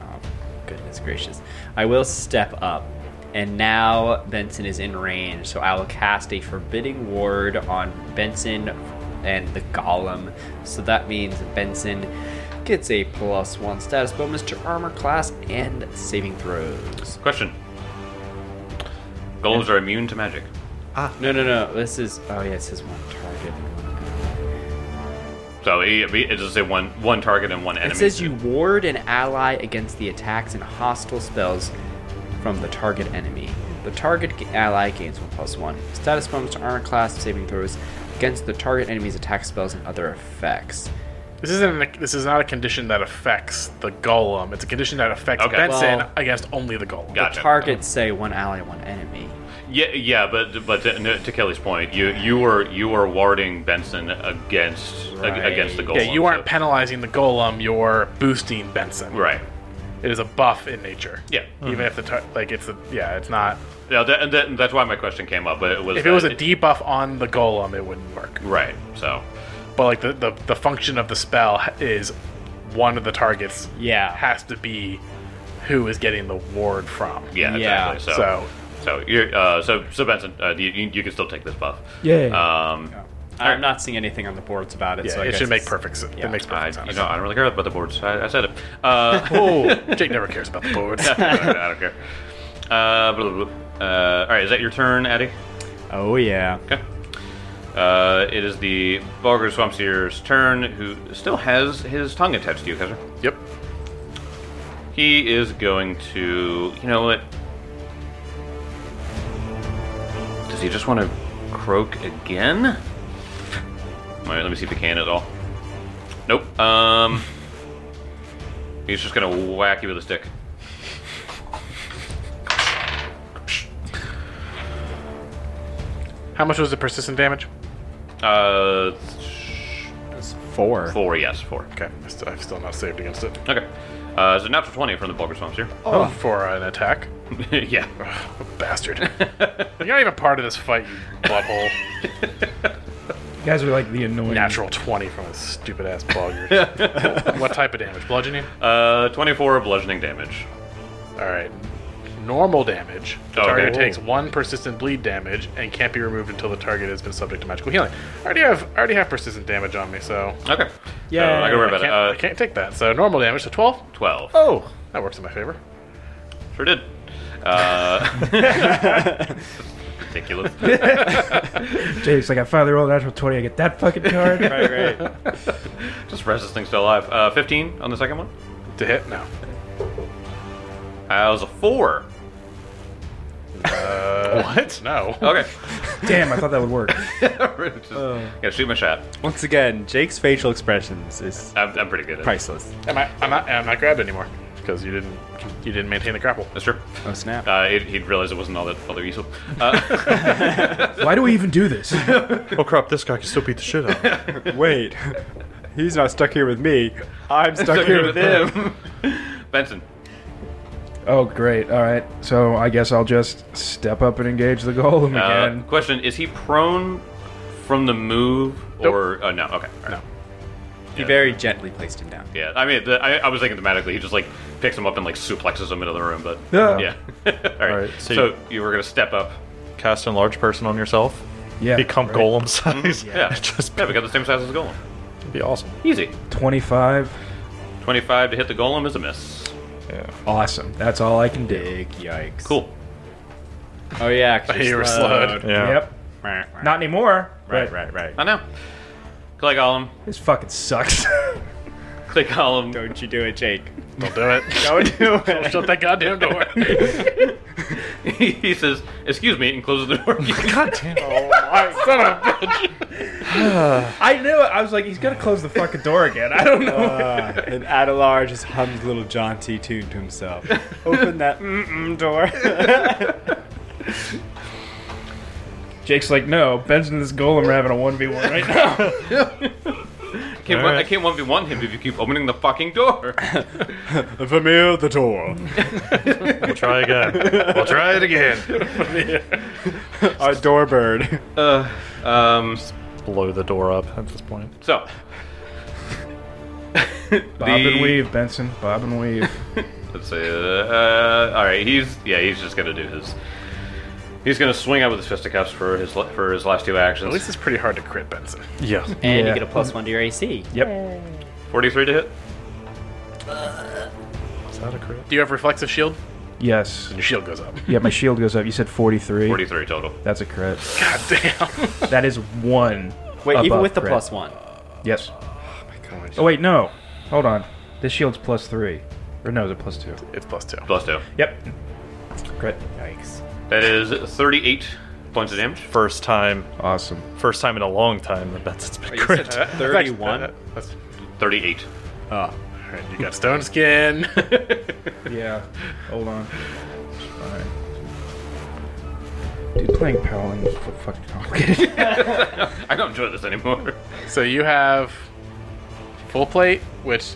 S5: Oh, goodness gracious! I will step up, and now Benson is in range. So I will cast a forbidding ward on Benson and the Golem. So that means Benson gets a plus one status bonus to armor class and saving throws.
S1: Question. Golems are immune to magic.
S5: No, no, no. This is. Oh yeah, it says one target.
S1: So he, it does say one one target and one enemy.
S5: It says you ward an ally against the attacks and hostile spells from the target enemy. The target g- ally gains 1 plus 1. Status bonus to armor class, saving throws against the target enemy's attack spells and other effects.
S4: This isn't. A, this is not a condition that affects the golem. It's a condition that affects
S1: Okay.
S4: Benson
S5: Well-
S4: against only the golem.
S1: Got it.
S5: Targets say one ally, one enemy.
S1: Yeah, yeah, but but to, no, to Kelly's point, you you were you were warding Benson against ag-
S5: Right.
S1: against the goal.
S4: Yeah, you aren't penalizing the golem. You're boosting Benson.
S1: right.
S4: It is a buff in nature.
S1: Yeah,
S3: Hmm.
S4: Even if the tar- like it's a yeah, it's not.
S1: yeah. That, and that, that's why my question came up. But it was
S4: If it was a
S1: that-
S4: debuff on the golem, it wouldn't work.
S1: right? So
S4: But like the, the the function of the spell is one of the targets
S5: Yeah.
S4: has to be who is getting the ward from.
S1: yeah,
S5: Yeah,
S1: exactly. So so,
S4: so-
S1: you're uh, so so Benson, uh, you, you you can still take this buff.
S2: Yeah.
S1: Um,
S5: I'm not seeing anything on the boards about it.
S4: Yeah,
S5: so I
S4: it
S5: guess
S4: should make
S5: it's-
S4: perfect sense.
S5: yeah.
S4: It makes
S1: I,
S4: perfect
S1: you
S4: sense.
S1: know, I don't really care about the boards. I, I said it. Uh, [laughs]
S4: oh, Jake never cares about the boards.
S1: I don't- I don't care. Uh, blah, blah, blah. Uh, all right, is that your turn, Eddie?
S5: Oh, yeah.
S1: Okay. Uh, Uh, it is the Bulger Swampseer's turn, who still has his tongue attached to you, Kaiser.
S4: Yep.
S1: He is going to. You know what? Does he just want to croak again? All right, let me see if he can at all. Nope. Um. [laughs] He's just gonna whack you with a stick.
S4: How much was the persistent damage?
S1: Uh,
S6: That's four.
S1: four. Yes, four.
S4: Okay, I st- I've still not saved against it.
S1: Okay. Uh, it's a natural twenty from the Bulger Swampseer.
S4: Oh, for an attack,
S1: [laughs]
S4: [laughs]
S1: yeah.
S4: bastard! You're not even part of this fight, you butthole.
S2: You guys are like the annoying.
S4: Natural twenty from a stupid ass bogger. what type of damage? Bludgeoning.
S1: Uh, twenty-four of bludgeoning damage.
S4: All right. Normal damage. The
S1: Oh, okay.
S4: target takes one persistent bleed damage and can't be removed until the target has been subject to magical healing. I already have I already have persistent damage on me, so
S1: Okay.
S2: Yeah.
S1: So I'm not gonna worry
S4: I
S1: about
S4: can't, I
S1: it. Uh,
S4: can't take that. So normal damage, so twelve.
S1: Twelve.
S4: Oh, that works in my favor.
S1: Sure did. Uh, [laughs]
S6: [laughs]
S1: ridiculous.
S2: Jake's like, I finally rolled a natural 20. I get that fucking card.
S6: [laughs] Right, right.
S1: Just rest this thing still alive. Uh, Fifteen on the second one.
S4: To hit? No.
S1: I was a four.
S4: what? Uh, No.
S1: Okay. [laughs]
S2: Damn, I thought that would work.
S1: Just,
S6: Oh.
S1: Yeah, shoot my shot.
S6: Once again, Jake's facial expressions is
S1: I'm, I'm pretty good at it.
S6: priceless.
S4: Am I? I'm not. I'm not grabbed anymore because you didn't. You didn't maintain the grapple.
S1: That's true.
S6: Oh snap!
S1: Uh, it, he'd realized it wasn't all that all that useful. Uh,
S2: Why do we even do this?
S3: Oh crap! This guy can still beat the shit out. of me.
S6: Wait, he's not stuck here with me. I'm [laughs]
S1: [laughs]
S6: stuck, here with him.
S1: Benson.
S2: Oh, great. All right. So I guess I'll just step up and engage the golem
S1: Uh,
S2: again.
S1: question: Is he prone from the move or uh, no? Okay. all right.
S4: No.
S6: He very gently placed him down.
S1: Yeah. I mean, the, I, I was thinking thematically. He just like picks him up and like suplexes him into the room, but
S2: Yeah.
S1: yeah. [laughs] all right.
S3: right,
S1: So,
S3: so
S1: you, were gonna step up.
S3: [laughs] Cast enlarge person on yourself.
S2: Yeah.
S3: Become
S2: right.
S3: golem size.
S1: Yeah.
S3: [laughs] just
S1: Yeah, we got the same size as the golem.
S3: be awesome.
S1: Easy.
S2: 25.
S1: Twenty-five to hit the golem is a miss.
S3: Yeah.
S2: Awesome. That's all I can do.
S6: Big yikes!
S1: Cool.
S5: Oh yeah,
S4: [laughs]
S5: 'cause
S4: You
S5: you're
S4: were
S1: Uh,
S4: slowed.
S3: Yeah.
S2: Yep. Not anymore.
S6: Right,
S2: but
S6: right, right.
S1: I know. Click golem.
S2: This fucking sucks. [laughs]
S1: Click golem.
S6: Don't you do it, Jake?
S4: Don't do it.
S6: Don't do it.
S4: Shut
S1: [laughs]
S4: that goddamn door.
S1: he says, "Excuse me," and closes the door.
S3: God
S1: [laughs]
S3: damn.
S4: oh my son of a bitch!
S2: I knew it. I was like, he's gonna close the fucking door again. I don't know.
S6: Uh, and Adelar just hums a little jaunty tune to himself. Open that mm-mm door.
S2: [laughs] Jake's like, no, Benson and this golem are having a one v one right now.
S1: I can't, one, I can't one v one him if you keep opening the fucking door.
S6: Vermeer the door.
S3: We'll try again. We'll try it again.
S6: Our doorbird.
S1: Uh, um.
S3: Blow the door up at this point.
S1: So.
S2: Bob and weave, Benson. Bob and weave.
S1: Let's say, uh, uh, all right. He's yeah. He's just gonna do his. He's gonna swing out with his fisticuffs for his la- for his last two
S4: [laughs] At least
S1: actions.
S4: it's pretty hard to crit, Benson.
S3: Yeah.
S5: and
S2: Yeah.
S5: you get a plus one to your AC.
S2: yep.
S1: Forty three to hit.
S3: Is that a crit?
S4: Do you have reflexive shield?
S2: Yes.
S4: Your
S1: [laughs]
S4: shield goes up.
S2: Yeah, my shield goes up. You said forty three.
S1: Forty three total.
S2: That's a crit.
S4: God damn.
S2: That is one.
S5: Wait, even
S2: above
S5: with the
S2: crit.
S5: plus one.
S2: Yes. Oh my god. Oh wait, no. Hold on. This shield's plus three. Or no, is it plus two?
S4: It's plus two.
S1: Plus two.
S2: Yep. Crit.
S5: Yikes.
S1: That is thirty eight points of damage.
S3: First time.
S2: Awesome.
S3: First time in a long time that Benson's been
S4: Uh,
S3: crit.
S5: Thirty-one.
S4: That's-
S1: Thirty eight.
S6: Oh.
S4: all right, you got stone skin. [laughs]
S2: Yeah. Hold on. Alright. Dude, playing Paladin is so fucking complicated. [laughs]
S1: I don't enjoy this anymore. [laughs]
S4: so you have full plate, which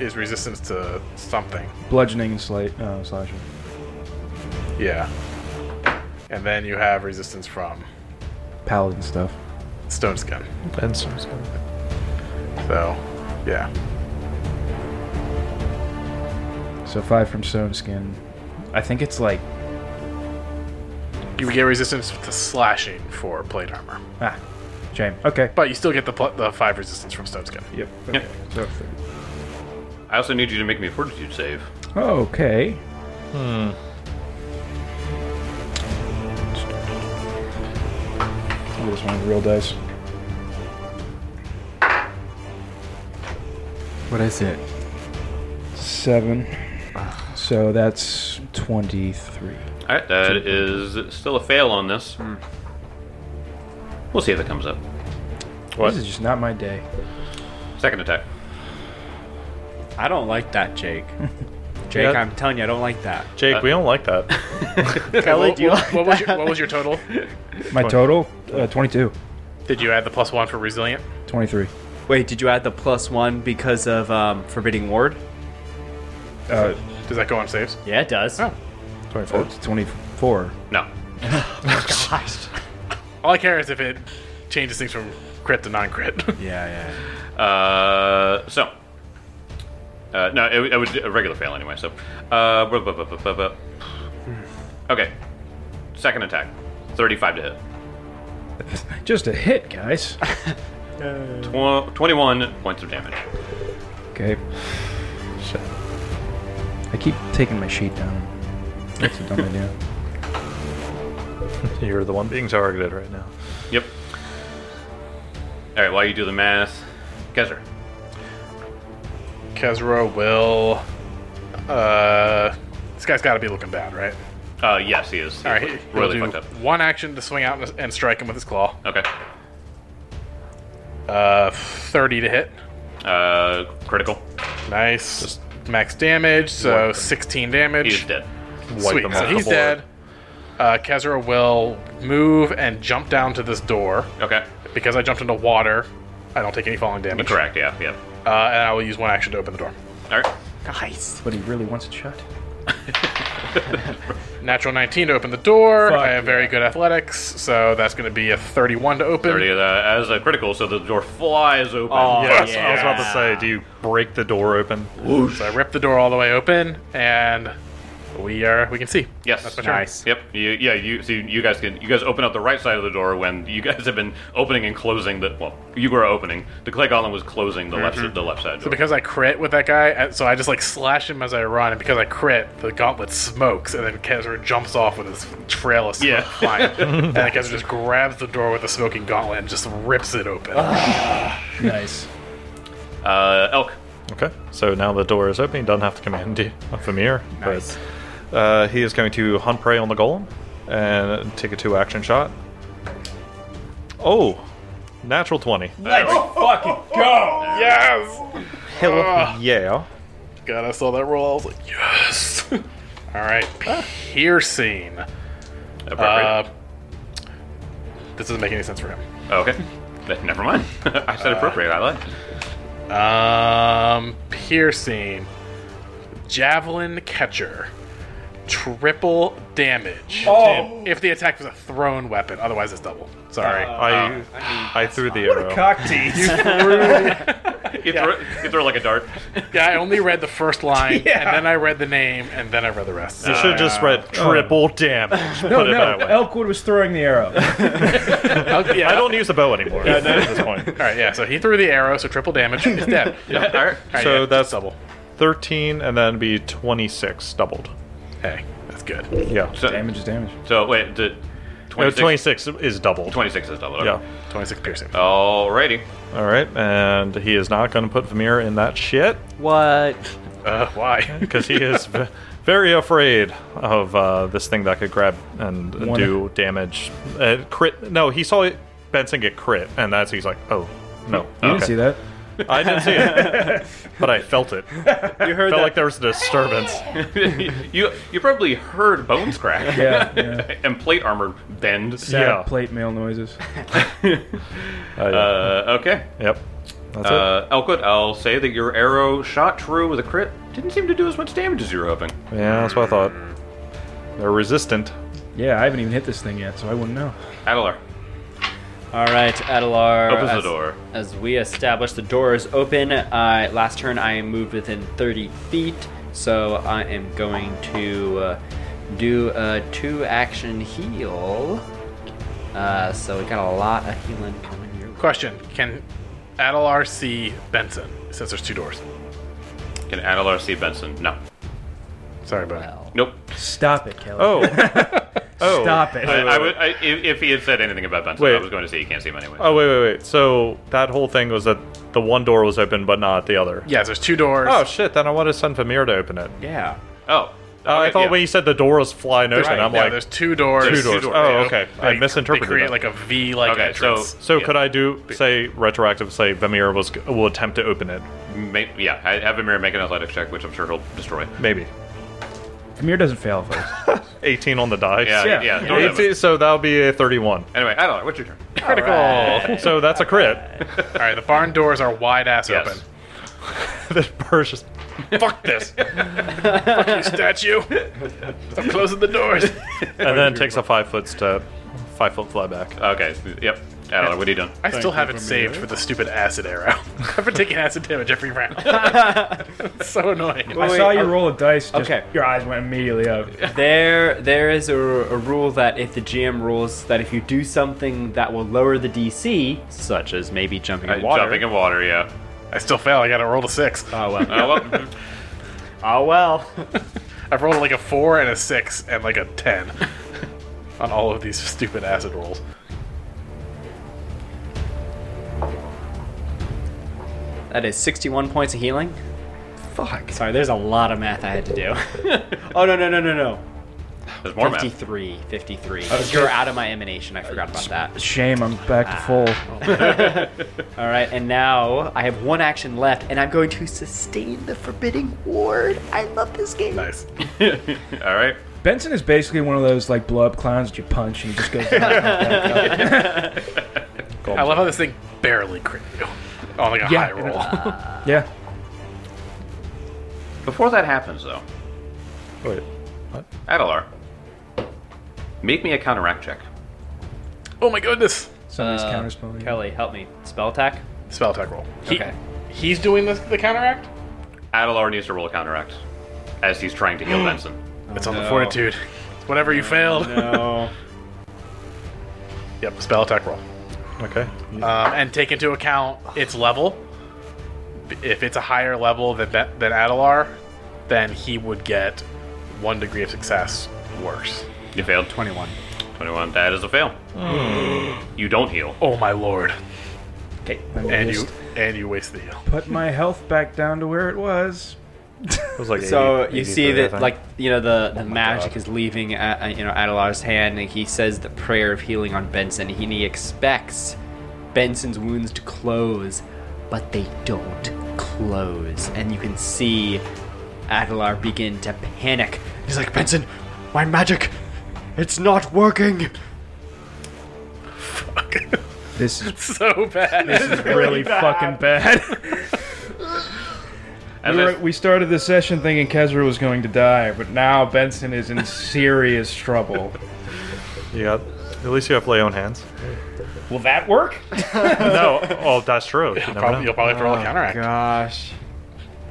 S4: is resistance to something.
S2: Bludgeoning and slight, uh, slashing.
S4: Yeah. And then you have resistance from
S2: Paladin stuff.
S4: stone skin.
S3: Benson's gonna.
S4: So, yeah.
S2: So five from Stone Skin. I think it's like
S4: You would get resistance to slashing for plate armor,
S2: ah, shame. Okay.
S4: but you still get the pl- the five resistance from stone skin.
S2: Yep.
S1: okay.
S2: So
S1: I also need you to make me a fortitude save.
S2: okay. Hmm. I just want real dice.
S6: What is it?
S2: Seven. So that's 23.
S1: All right, that is still a fail on this. We'll see if it comes up.
S2: This is just not my day.
S1: Second attack.
S6: I don't like
S5: [laughs]
S6: that, Jake. Jake,
S3: Yeah.
S6: I'm telling you, I don't like that.
S3: Jake, we don't like that.
S5: Kelly,
S4: what,
S5: do you
S4: what-
S5: like
S4: what was
S5: that?
S4: your, what was your total?
S2: My total? Uh, 22.
S4: Did you add the plus one for resilient?
S2: 23.
S6: Wait, did you add the plus one because of um, forbidding ward?
S2: Uh,
S4: Does that go on saves?
S5: Yeah, it does.
S4: Oh.
S2: 24. 24.
S1: No.
S4: All I care is if it changes things from crit to non-crit. [laughs]
S6: Yeah, yeah.
S1: Uh, so. Uh, no, it, it was a regular fail anyway, so. Uh, blah, blah, blah, blah, blah, blah. Okay. Second attack. 35 to hit.
S2: [laughs] Just a hit, guys.
S1: Tw- 21 points of damage.
S2: Okay. Shit. I keep taking my sheet down. That's [laughs] a dumb idea.
S3: You're the one being targeted right now.
S1: Yep. Alright, while you do the math, Kezer.
S4: Kezro will. Uh, this guy's got to be looking bad, right?
S1: Uh, yes, he is. He's
S4: All right, he- he'll
S1: really
S4: do
S1: fucked up.
S4: one action to swing out and- and strike him with his claw.
S1: Okay.
S4: Uh, thirty to hit.
S1: Uh, critical.
S4: Nice. max damage, so sixteen damage.
S1: He's dead.
S4: Sweet.
S3: them
S4: So
S3: off the
S4: he's
S3: board.
S4: dead. Uh, Kezra will move and jump down to this door
S1: Okay.
S4: because I jumped into water. I don't take any falling damage.
S1: Correct, yeah, yeah.
S4: Uh, and I will use one action to open the door.
S1: Alright.
S6: Guys.
S2: But he really wants it shut.
S4: Natural 19 to open the door.
S2: Fuck
S4: I have very
S2: yeah.
S4: good athletics, so that's going to be a 31 to open.
S1: 30 uh, as a critical, so the door flies open.
S5: Oh,
S3: Yes,
S5: yeah.
S3: I was about to say, do you break the door open?
S4: So I rip the door all the way open, and we are we can see.
S1: Yes.
S4: that's my turn.
S6: Nice.
S1: Yep. You, yeah. You see, you guys can you guys open up the right side of the door when you guys have been opening and closing the well. You were opening. The clay goblin was closing the left the left side door.
S4: So because I crit with that guy, I- so I just like slash him as I run, and because I crit, the gauntlet smokes, and then Kezra jumps off with his trail of smoke
S1: Yeah.
S4: flying, and then Kezra just grabs the door with the smoking gauntlet and just rips it open.
S2: Nice.
S1: uh, elk.
S3: Okay, so now the door is open. You don't have to command you [laughs] from here.
S5: Nice.
S3: But, uh, he is going to hunt prey on the golem and take a two action shot. Oh, natural 20.
S1: There we go.
S4: yes,
S3: Hell yeah.
S4: God, I saw that roll. I was like, yes. [laughs] all right, piercing. Uh,
S1: Appropriate. Oh,
S4: this doesn't make any sense for him.
S1: okay. [laughs] But Never mind. [laughs] I said appropriate. I lied.
S4: Um, piercing, javelin catcher, triple damage. Oh. If the attack was a thrown weapon, otherwise it's double. Sorry.
S3: I I threw the arrow.
S6: Cock tease.
S1: You, throw, you throw like a dart.
S4: yeah, I only read the
S3: [laughs]
S4: first line, and then I read the name, and then I read the rest. [laughs]
S3: You should have just read triple damage. Put it that way.
S2: Elkwood was throwing the arrow.
S4: yeah.
S3: I don't use the bow anymore at this point.
S4: All right, yeah. So he threw the arrow, so triple damage.
S3: [laughs]
S4: He's dead.
S1: All right.
S4: All right,
S3: So
S4: yeah,
S3: that's
S4: double.
S3: 13 and then be 26 doubled.
S4: Hey, that's good.
S3: Yeah.
S1: So,
S2: [laughs] damage is damage.
S1: so wait. The
S3: No,
S1: 26,
S3: 26 is doubled.
S1: 26 is double. Okay.
S3: Yeah.
S4: Twenty-six piercing.
S3: Oh.
S1: Alrighty.
S3: All right, and he is not going to put Vamir in that shit
S1: [laughs]
S5: What?
S4: Uh, why?
S3: because he is v- very afraid of uh, this thing that could grab and
S2: One.
S3: do damage. Uh, crit? No, he saw it, Benson get crit, and that's he's like, oh no,
S2: You didn't see that.
S3: I didn't see it,
S2: [laughs]
S3: but I felt it.
S5: You
S3: Felt
S5: heard that?
S3: like there was a disturbance.
S1: [laughs] you you probably heard bones crack. [laughs]
S2: Yeah. yeah.
S1: and plate armor bend.
S2: Sad
S3: Yeah.
S2: plate mail noises.
S3: Uh,
S1: Uh, okay.
S3: yep, that's
S1: Uh, Elkwood, I'll say that your arrow shot true with a crit. Didn't seem to do as much damage as you were hoping.
S3: it. Yeah, that's what I thought. They're resistant.
S2: Yeah, I haven't even hit this thing yet, so I wouldn't know.
S1: Adelar,
S5: All right, Adelar.
S1: opens the
S5: as-
S1: door.
S5: As we establish, the door is open. Uh, last turn, I moved within 30 feet, so I am going to uh, do a two action heal. Uh, so we got a lot of healing coming your way.
S4: Question: Can Adelar see Benson? Since there's two doors.
S1: Can Adelar see Benson? No.
S4: Sorry, buddy.
S5: Well,
S1: Nope.
S2: Stop it, Kelly.
S3: Oh,
S2: [laughs]
S3: Oh.
S2: Stop it.
S1: I, I would, I, if if he had said anything about Benson, I
S3: Wait.
S1: was going to say you can't see him anyway.
S3: Oh wait, wait, wait. So that whole thing was that the one door was open, but not the other.
S4: Yes, there's two doors.
S3: Oh shit! Then I wanted Sun Famir to open it.
S8: Yeah.
S1: Oh.
S3: Uh, I
S1: Okay,
S3: thought
S1: yeah.
S3: when you said the door was flying open, I'm
S4: no,
S3: like,
S4: there's two doors.
S3: Two doors. Oh,
S4: They-
S3: okay. I
S4: they-
S3: misinterpreted
S4: They create
S3: that.
S4: like a V like
S1: Okay, so-
S4: entrance.
S3: so
S1: yeah.
S3: could I do say retroactive? Say Vamir was will attempt to open it.
S1: Ma- yeah, I have Amir make an athletics check, which I'm sure he'll destroy.
S3: Maybe
S2: Amir doesn't fail first.
S3: 18 on the dice.
S1: Yeah, yeah.
S3: yeah.
S1: don't have it.
S3: 18, so that'll be a 31.
S1: Anyway, I don't know. What's your turn?
S4: critical. All right.
S3: So that's a crit. [laughs]
S4: the barn doors are wide ass
S1: Yes.
S4: open.
S3: the bird's just
S4: Fuck [laughs] this. Fuck you, statue. I'm closing the doors.
S3: and then takes a five foot step, five foot fly back.
S1: Okay. Yep. I don't know. What are you doing?
S4: I still have it saved for the stupid acid arrow. [laughs] I've been taking acid damage every [laughs] round. it's so annoying.
S2: I saw you roll a dice. Just,
S8: okay.
S2: Your eyes went immediately up.
S5: There, there is a, a rule that if the GM rules that if you do something that will lower the DC, such as maybe jumping in
S1: Uh,
S5: water.
S1: Jumping in water.
S3: [laughs]
S1: Yeah.
S4: I still fail. I got to roll a six.
S5: oh well.
S1: [laughs] Oh well.
S5: oh well.
S4: I've rolled like a four and a six and like a ten [laughs] on all of these stupid acid rolls.
S5: That is 61 points of healing. Fuck. Sorry, there's a lot of math I
S1: [laughs]
S5: had to do. oh no no no no no.
S1: There's more math.
S5: 53, 53. You're out of my emanation. I forgot about that.
S2: Shame, I'm back to full.
S5: All right, and now I have one action left, and I'm going to sustain the forbidding ward. I love this game.
S4: Nice.
S1: All right.
S2: Benson is basically one of those like blow up clowns that you punch and he just goes.
S4: I love how this thing barely crit you on like a
S2: Yeah.
S4: high roll.
S2: yeah.
S1: Before that happens, though,
S3: Wait.
S1: Adalar, make me a counteract check.
S4: oh my goodness!
S2: Some of these counterspelling.
S5: Uh, Kelly, help me. Spell attack.
S4: Spell attack roll. He-
S5: Okay.
S4: He's doing this, the counteract.
S1: Adalar needs to roll a counteract as he's trying to heal
S4: Hmm.
S1: Benson.
S4: it's on the
S5: no.
S4: fortitude. It's whatever you failed.
S5: No.
S4: [laughs] Yep. Spell attack roll.
S3: Okay.
S4: Um, and take into account its level. B- If it's a higher level than that, than Adalar, then he would get one degree of success worse.
S1: You failed.
S5: 21.
S1: 21. That is a fail.
S4: Hmm.
S1: you don't heal.
S4: Oh my lord!
S5: Okay.
S4: And you and you waste the heal. [laughs]
S2: Put my health back down to where it was.
S3: It was like
S5: So
S3: 80,
S5: you see
S3: 83, I
S5: that,
S3: think.
S5: like you know, the, the magic is leaving, uh, uh, you know, Adelar's hand, and he says the prayer of healing on Benson. He, he expects Benson's wounds to close, but they don't close, and you can see Adelar begin to panic. He's like, Benson, my magic, it's not working.
S2: This
S4: [laughs]
S2: is
S4: So bad.
S2: really fucking bad.
S1: As
S2: We
S1: I-
S2: were- we started the session thinking Kezra was going to die, but now Benson is in serious trouble.
S3: Yeah. At least you have lay on hands.
S2: Will that work?
S3: no. Oh, that's [laughs] true. You never know.
S4: probably, you'll probably have
S5: Oh,
S4: to roll a counteract.
S8: Gosh.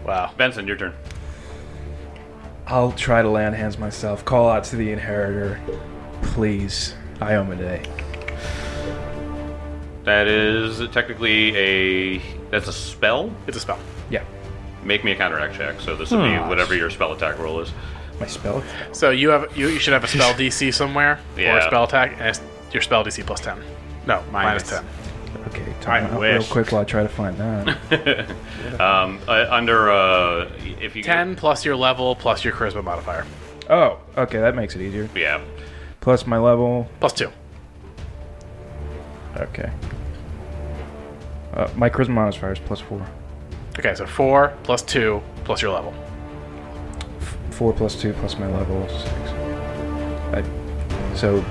S4: Wow.
S1: Benson, your turn.
S2: I'll try to land hands myself. Call out to the inheritor. Please. Iomade.
S1: That is technically a that's a spell.
S4: It's a spell.
S2: Yeah.
S1: Make me a counteract check. So this would be
S4: Hmm.
S1: whatever your spell attack roll is.
S2: My spell?
S4: So you have you, you should have
S3: [laughs]
S4: a spell DC somewhere or a
S1: Yeah.
S4: spell attack and it's your spell DC plus ten. No, minus, minus ten.
S2: Okay, time
S4: I
S2: out real
S4: wish.
S2: quick while I try to find that.
S1: Um, uh, under uh, if you
S4: Ten plus your level plus your charisma modifier
S2: oh, okay, that makes it easier.
S1: yeah.
S2: Plus my level.
S4: plus two.
S2: Okay. Uh, my charisma modifier is plus four.
S4: Okay, so four plus two plus your level.
S2: Four plus two plus my level is six. I, so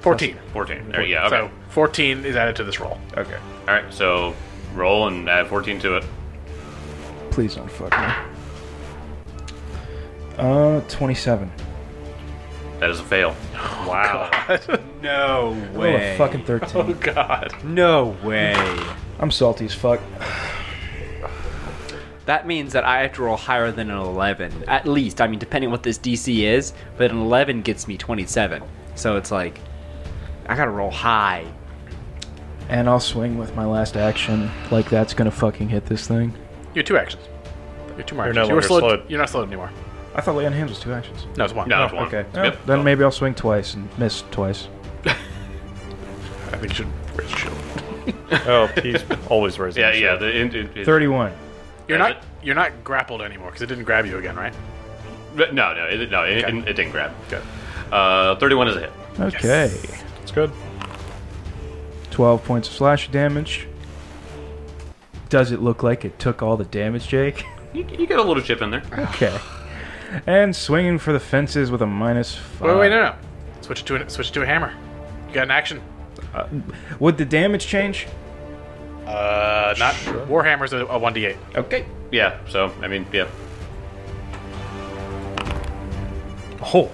S4: Fourteen.
S1: 14. There, yeah, okay.
S4: So fourteen is added to this roll.
S2: okay,
S1: All right, so roll and add 14 to it.
S2: please don't fuck me. Uh, twenty-seven.
S1: That is a fail. Oh,
S8: No
S2: Roll
S8: way.
S2: Oh, a fucking thirteen.
S4: God.
S8: No way.
S2: I'm salty as fuck.
S5: That means that I have to roll higher than an 11, at least. I mean, depending what this DC is, but an 11 gets me 27. So it's like, I gotta roll high.
S2: And I'll swing with my last action. Like that's gonna fucking hit this thing.
S4: You have two actions. You have two more
S3: You're no
S4: actions. you were
S3: longer
S4: slowed.
S3: slowed. Oh,
S4: You're not slowed anymore.
S2: I thought lay on hands was two actions.
S4: No, it's one.
S1: No, it's one.
S2: Okay.
S1: Yep.
S2: Yeah, Then maybe I'll swing twice and miss twice.
S4: I think you should raise your shield.
S3: Oh, he's always raising.
S1: Yeah,
S3: his
S1: yeah.
S3: shield.
S1: The, it, it, it-
S2: Thirty-one.
S4: You're
S1: Does
S4: not you're not grappled anymore because it didn't grab you again, right?
S1: No, no, it, no. It, it, it didn't grab. Good. Uh, Thirty-one is a hit.
S2: Okay.
S3: It's good.
S2: Twelve points of slash damage. Does it look like it took all the damage, Jake?
S1: You, you get a little chip in there.
S2: Okay. And swinging for the fences with a minus five.
S4: Wait, wait, no, no. Switch it to an, switch it to a hammer. You got an action.
S2: Would the damage change?
S4: Uh, not Warhammer's a, a 1d8.
S2: Okay.
S1: Yeah. So I mean, yeah.
S2: Oh.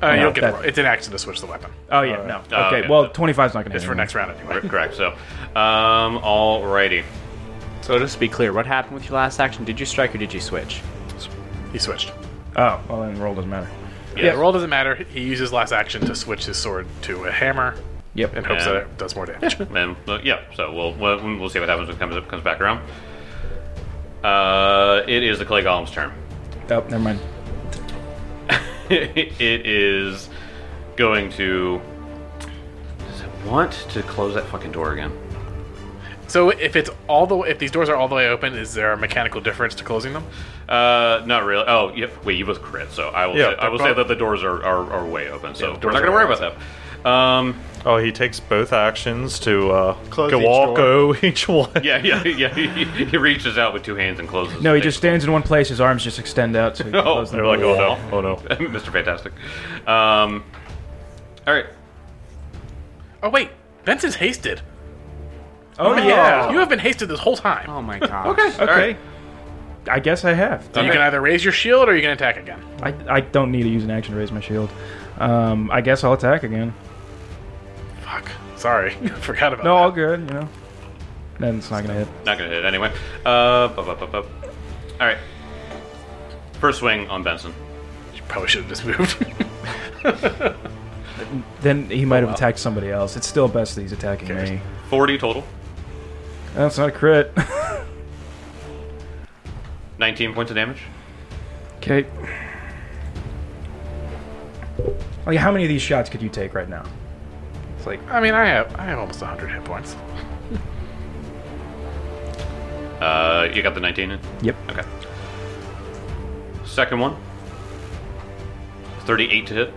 S4: Uh,
S2: No,
S4: you'll get the
S2: that-
S4: ro- it's an action to switch the weapon.
S2: Oh yeah. No.
S1: Oh,
S2: okay.
S1: okay.
S2: Well, twenty-five's not gonna.
S4: It's
S2: hit
S4: for
S2: him.
S4: next round
S2: [laughs]
S4: anyway.
S1: Cor- Correct. So, um, alrighty.
S5: So just to be clear, what happened with your last action? Did you strike or did you switch?
S4: He switched.
S2: Oh, well then roll doesn't matter.
S4: Yeah, the roll doesn't matter. He uses last action to switch his sword to a hammer
S2: Yep.
S4: and hopes
S1: Yeah.
S4: that it does more damage.
S1: And uh, yeah. So we'll, we'll we'll see what happens when it comes up comes back around. Uh, it is the clay golem's turn. [laughs]
S2: Oh, never mind.
S1: it is going to. Does it want to close that fucking door again?
S4: so if it's all the if these doors are all the way open, is there a mechanical difference to closing them?
S1: Uh, not really. Oh, yep. Wait, you both crit, so I will.
S3: Yeah,
S1: say, I will
S3: they're
S1: say
S3: prob-
S1: that the doors are, are, are way open, so
S3: the
S1: we're
S3: doors
S1: not
S3: are
S1: gonna worry
S3: way
S1: about that. Um,
S3: Oh, he takes both actions to uh,
S6: Close
S3: go
S6: each
S3: all
S6: door.
S3: go [laughs] each one.
S1: yeah, [laughs] yeah, yeah. He, he reaches out with two hands and closes.
S2: No, he just stands in one place. His arms just extend out. So he can
S1: Oh,
S2: close them.
S3: They're like, oh no, oh
S1: [laughs]
S3: no.
S1: Mr. Fantastic. Um, all right.
S4: Oh wait, Benson's hasted.
S2: oh yeah.
S4: You have been hasted this whole time. [laughs]
S5: Oh my god.
S2: Okay. I guess I have.
S4: So you can either raise your shield or you can attack again.
S2: I, I don't need to use an action to raise my shield. Um, I guess I'll attack again.
S4: Fuck. Sorry, [laughs] forgot about
S2: No,
S4: that.
S2: all good. You know. Then it's not gonna hit.
S1: Not gonna hit it anyway. Uh, bup, bup, bup, bup. all right. First swing on Benson.
S4: You probably should have just moved. [laughs]
S2: Then he might have attacked somebody else. It's still best that he's attacking me.
S1: Forty total.
S2: That's not a crit. [laughs]
S1: Nineteen points of damage.
S2: Okay. Like, Oh, how many of these shots could you take right now? It's like,
S4: I mean, I have I have almost 100 hit points.
S1: Uh, you got the nineteen in.
S2: yep.
S1: Okay. Second one. 38 to hit.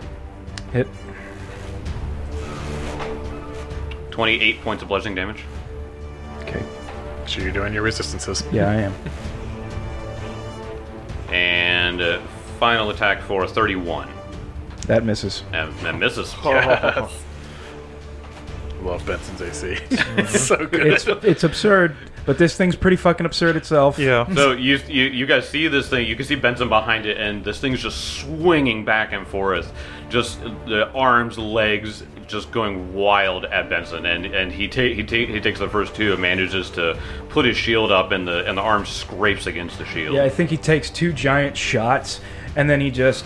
S2: Hit.
S1: 28 points of bludgeoning damage.
S2: Okay.
S4: So you're doing your resistances.
S2: Yeah, I am.
S1: And uh, final attack for a 31.
S2: That misses.
S1: And, and misses.
S4: Love
S2: [laughs]
S4: Benson's AC. it's [laughs] so good.
S2: It's it's absurd, but this thing's pretty fucking absurd itself.
S3: Yeah.
S1: So you, you you guys see this thing. You can see Benson behind it, and this thing's just swinging back and forth, just the arms, legs, just going wild at Benson. And and he ta- he ta- he takes the first two and manages to put his shield up, and the and the arm scrapes against the shield.
S2: Yeah, I think he takes two giant shots, and then he just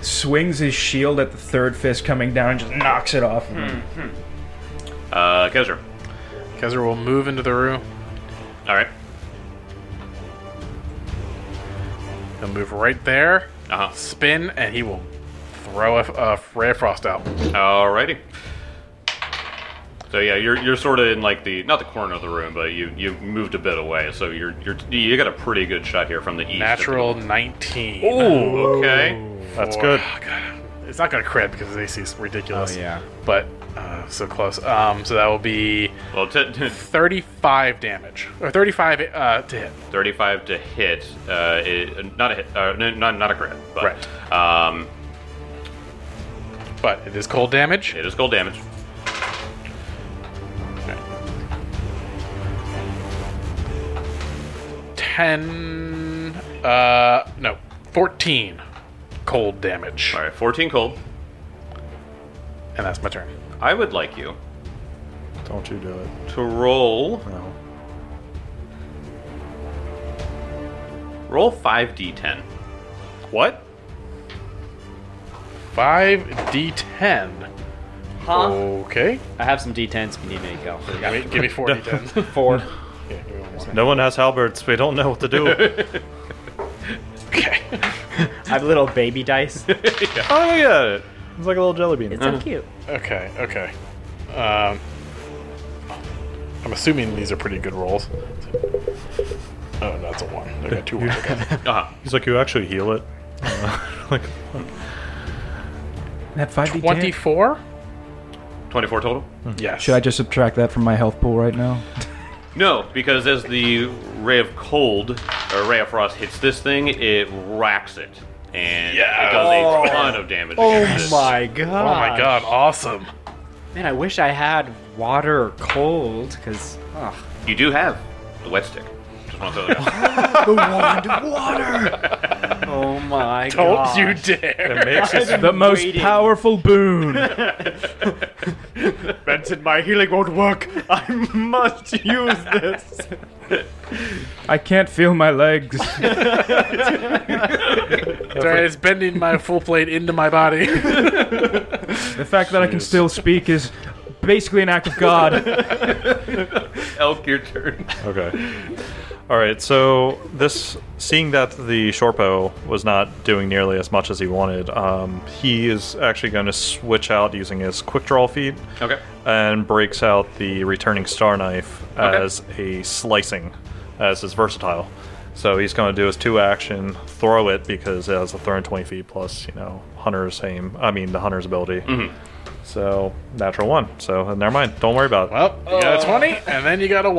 S2: swings his shield at the third fist coming down and just knocks it off. of him.
S1: Uh, Kezra.
S4: Kezra will move into the room.
S1: All right.
S4: He'll move right there,
S1: Uh huh.
S4: spin, and he will throw a, a ray of frost out.
S1: Alrighty. So yeah, you're you're sort of in like the not the corner of the room, but you you moved a bit away, so you're you're you got a pretty good shot here from the east.
S4: Natural 19.
S1: Ooh. Okay.
S3: That's good.
S4: Oh, God. It's not going to crit because his AC is ridiculous.
S5: yeah.
S4: But uh, so close. Um, so that will be
S1: Well, t- t-
S4: 35 damage or 35 uh, to hit.
S1: thirty-five to hit. Uh, it, not a hit. Uh, n- not not a crit. But, Um,
S4: But it is cold damage.
S1: it is cold damage.
S4: ten uh no 14 cold damage
S1: All right, fourteen cold.
S4: and that's my turn
S1: I would like you
S3: Don't you do it?
S1: to roll
S3: No.
S1: roll five d10.
S3: What?
S4: 5d10
S9: Huh?
S4: okay
S9: I have some D10s if you need me to go.
S4: give me, give me
S5: [laughs]
S4: 4 d10 [laughs]
S9: Four.
S3: Oh, No one has halberds. We don't know what to do.
S4: okay
S5: I have little
S4: [laughs]
S5: baby dice.
S3: Oh, look at it. It's like a little jelly bean.
S5: It's so
S4: [laughs]
S5: cute.
S4: Okay, okay. Um, I'm assuming these are pretty good rolls. Oh, that's a one. I got two
S5: [laughs]
S4: ones. Okay.
S1: Uh-huh.
S3: He's like, you actually heal it. [laughs] like,
S2: That 5d10.
S4: 24?
S1: 24 total?
S5: Hmm.
S4: Yes.
S2: Should I just subtract that from my health pool right now?
S1: No, because as the ray of cold or ray of frost hits this thing, it racks it. And it does a ton of damage.
S3: Oh
S1: against it.
S5: god.
S4: Oh my god, awesome.
S5: Man, I wish I had water or cold, because.
S1: You do have the wet stick. Just want to throw that out.
S3: [laughs]
S5: Oh my
S4: [laughs] Don't
S5: god.
S4: you dare.
S3: it makes
S2: [laughs]
S3: it
S2: the most
S5: waiting.
S2: powerful boon.
S5: Benson, my healing won't work. I [laughs] must use this.
S2: I can't feel my legs.
S4: Sorry, it's bending my full plate into my
S5: [laughs]
S4: body. [laughs]
S2: the fact that I can still speak is basically an act of God.
S1: Elk, your turn.
S3: Okay. All right. So this, seeing that the Shorpo was not doing nearly as much as he wanted, um, he is actually going to switch out using his quick draw feed
S1: Okay.
S3: and breaks out the returning star knife
S1: Okay.
S3: as a slicing, as his versatile. So he's going to do his two action, throw it because it has a throw in twenty feet plus, you know, hunter's aim. I mean, the hunter's ability. So natural one. So never mind. Don't worry about it.
S4: Well, Oh, you got a 20, and then you got a 1.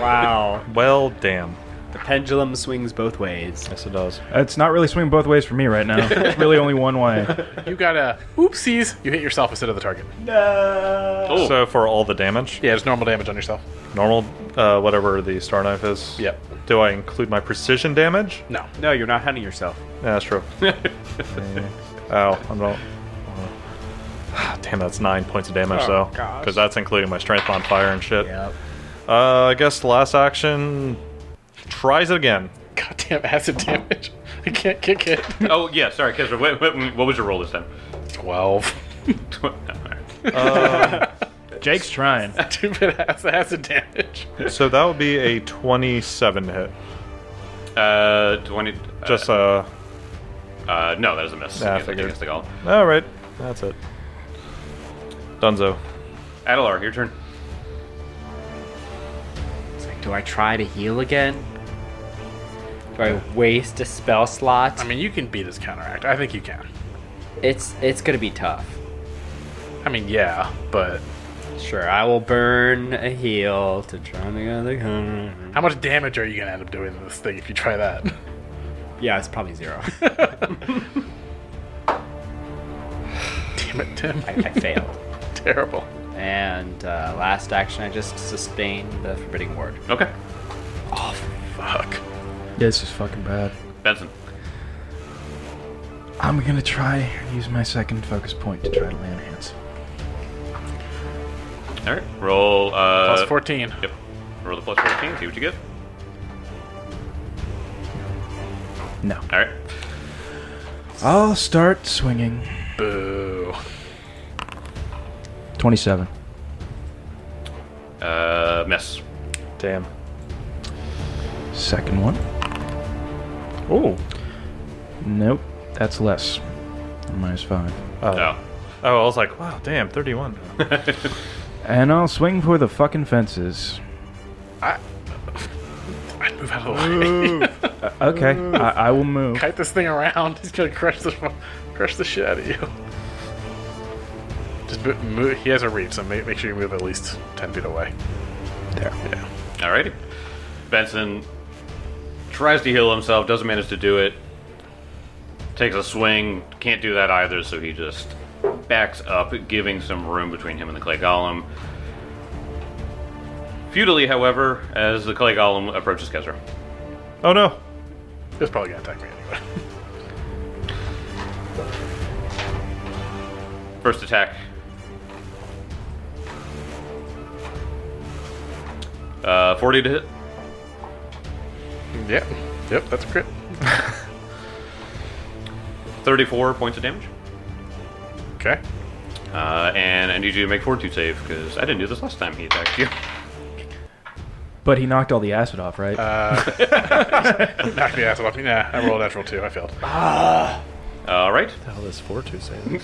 S5: Wow.
S3: well damn.
S5: The pendulum swings both ways.
S3: Yes, it does.
S2: it's not really swinging both ways for me right now. It's really only one way.
S4: You got a oopsies. You hit yourself instead of the target.
S1: Oh,
S3: So for all the damage.
S4: Yeah, it's normal damage on yourself.
S3: normal, uh, whatever the star knife is.
S4: Yep.
S3: Do I include my precision damage?
S4: No.
S5: No, you're not hunting yourself.
S3: Yeah,
S1: [laughs]
S3: that's true. Eh, Ow, I'm not. Ah, Damn, that's nine points of
S1: Oh,
S3: damage though, because that's including my strength on fire and shit. Uh, I guess last action tries
S1: [laughs]
S3: it again.
S4: Goddamn acid damage. I can't kick it.
S1: oh yeah, sorry, Kesra. What, what, what was your roll this time? [laughs]
S4: [laughs] 12.
S1: Tw- alright.
S2: Jake's trying.
S4: Too bad acid, acid damage.
S3: So that would be a twenty-seven to hit.
S1: Uh, 20. uh,
S3: Just uh,
S1: Uh, no, that is a miss.
S3: Yeah, I
S1: Against-
S3: figured.
S1: against the golem.
S3: all right, that's it. Dunzo.
S1: Adelar, your turn.
S5: It's like, do I try to heal again? Do I waste a spell slot?
S4: I mean, you can beat his counteract. I think you can.
S5: it's it's gonna be tough.
S4: I mean, yeah, but
S5: Sure, I will burn a heal to try to get the counter.
S4: how much damage are you going to end up doing to this thing if you try that?
S5: [laughs] Yeah, it's probably zero.
S4: [laughs]
S5: [laughs]
S4: Damn it, Tim.
S5: I, I failed.
S4: Terrible.
S5: And uh, last action, I just sustained the forbidding word.
S1: Okay.
S4: Fuck.
S2: This is fucking bad.
S1: Benson.
S2: I'm gonna try and use my second focus point to try to land hands.
S1: All right. Roll. Uh,
S4: Plus 14.
S1: Yep. Roll the plus 14. See what you get.
S2: No.
S1: All right.
S2: I'll start swinging.
S4: Boo.
S2: 27.
S1: Uh, miss.
S3: Damn.
S2: Second one.
S3: Ooh.
S2: Nope. That's less. Minus five.
S1: Oh.
S3: Oh, I was like, wow,
S1: [laughs]
S3: damn, 31.
S2: And I'll swing for the fucking fences.
S4: I'd move out of the way.
S2: Okay, I, I will move.
S4: [laughs] Kite this thing around. He's going to crush the, crush the shit out of you. Just mo- move. He has a reach, so make, make sure you move at least 10 feet away.
S2: There.
S4: Yeah.
S1: Alrighty. Benson tries to heal himself, doesn't manage to do it. Takes a swing, can't do that either, so he just backs up, giving some room between him and the clay golem. Futilely, however, as the clay golem approaches Kesra.
S3: Oh no.
S4: It's probably going to attack me anyway. [laughs]
S1: First attack. Uh, 40 to hit.
S4: Yep. Yep, that's a crit.
S1: 34 points of damage.
S4: Okay.
S1: Uh, and I need you to make fortitude save, because I didn't do this last time he attacked you.
S2: But he knocked all the acid off, right?
S4: [laughs] Knock the ass off. Nah, I rolled a natural two. I failed.
S1: [laughs] All right.
S3: the hell is four two saying?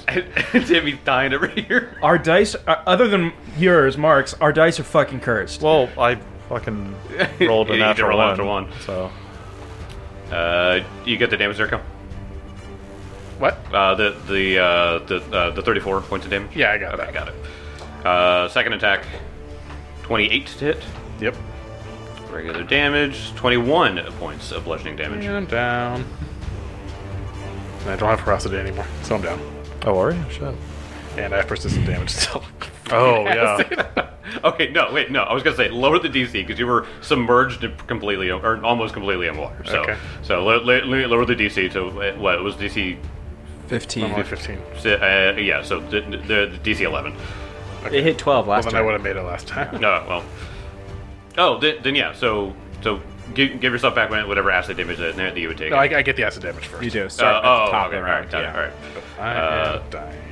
S1: [laughs] Timmy's dying over here.
S10: Our dice, uh, other than yours, Mark's, our dice are fucking cursed.
S3: Well, I fucking
S1: Yeah,
S3: rolled
S1: [laughs] you
S3: a
S1: did
S3: natural
S1: roll a
S3: one,
S1: natural one.
S3: So
S1: Uh, you get the damage there, Cal?
S4: What?
S1: Uh, the the uh, the uh, the 34 points of damage.
S4: Yeah, I got
S1: okay,
S4: that.
S1: Got it. Uh, second attack, 28 to hit.
S4: Yep.
S1: Regular damage, 21 points of bludgeoning damage.
S4: And I'm down. And I don't have ferocity anymore, so I'm down.
S3: oh, are you? Shit.
S4: And I have persistent damage still. [laughs]
S3: Oh yeah.
S1: [laughs] okay, no, wait, no. I was gonna say lower the DC because you were submerged in completely or almost completely in water. So,
S4: Okay.
S1: so lo- lo- lo- lower the DC to uh, what was DC?
S4: [laughs] I'm
S6: 15.
S4: only 15.
S1: Uh, yeah, so the, the, the DC 11.
S6: It hit 12
S4: Well,
S6: last
S4: then I
S6: time.
S4: would have made it last time.
S1: No, Uh, well, oh, then, then yeah. So, so give, give yourself back whatever acid damage that, that you would take.
S4: No, I, I get the acid damage first.
S6: You do.
S1: Uh,
S6: Start
S1: oh,
S6: at the
S1: okay,
S6: top of
S1: all
S6: the
S1: right,
S6: round.
S1: got it,
S6: yeah.
S4: I
S1: Uh,
S4: am dying.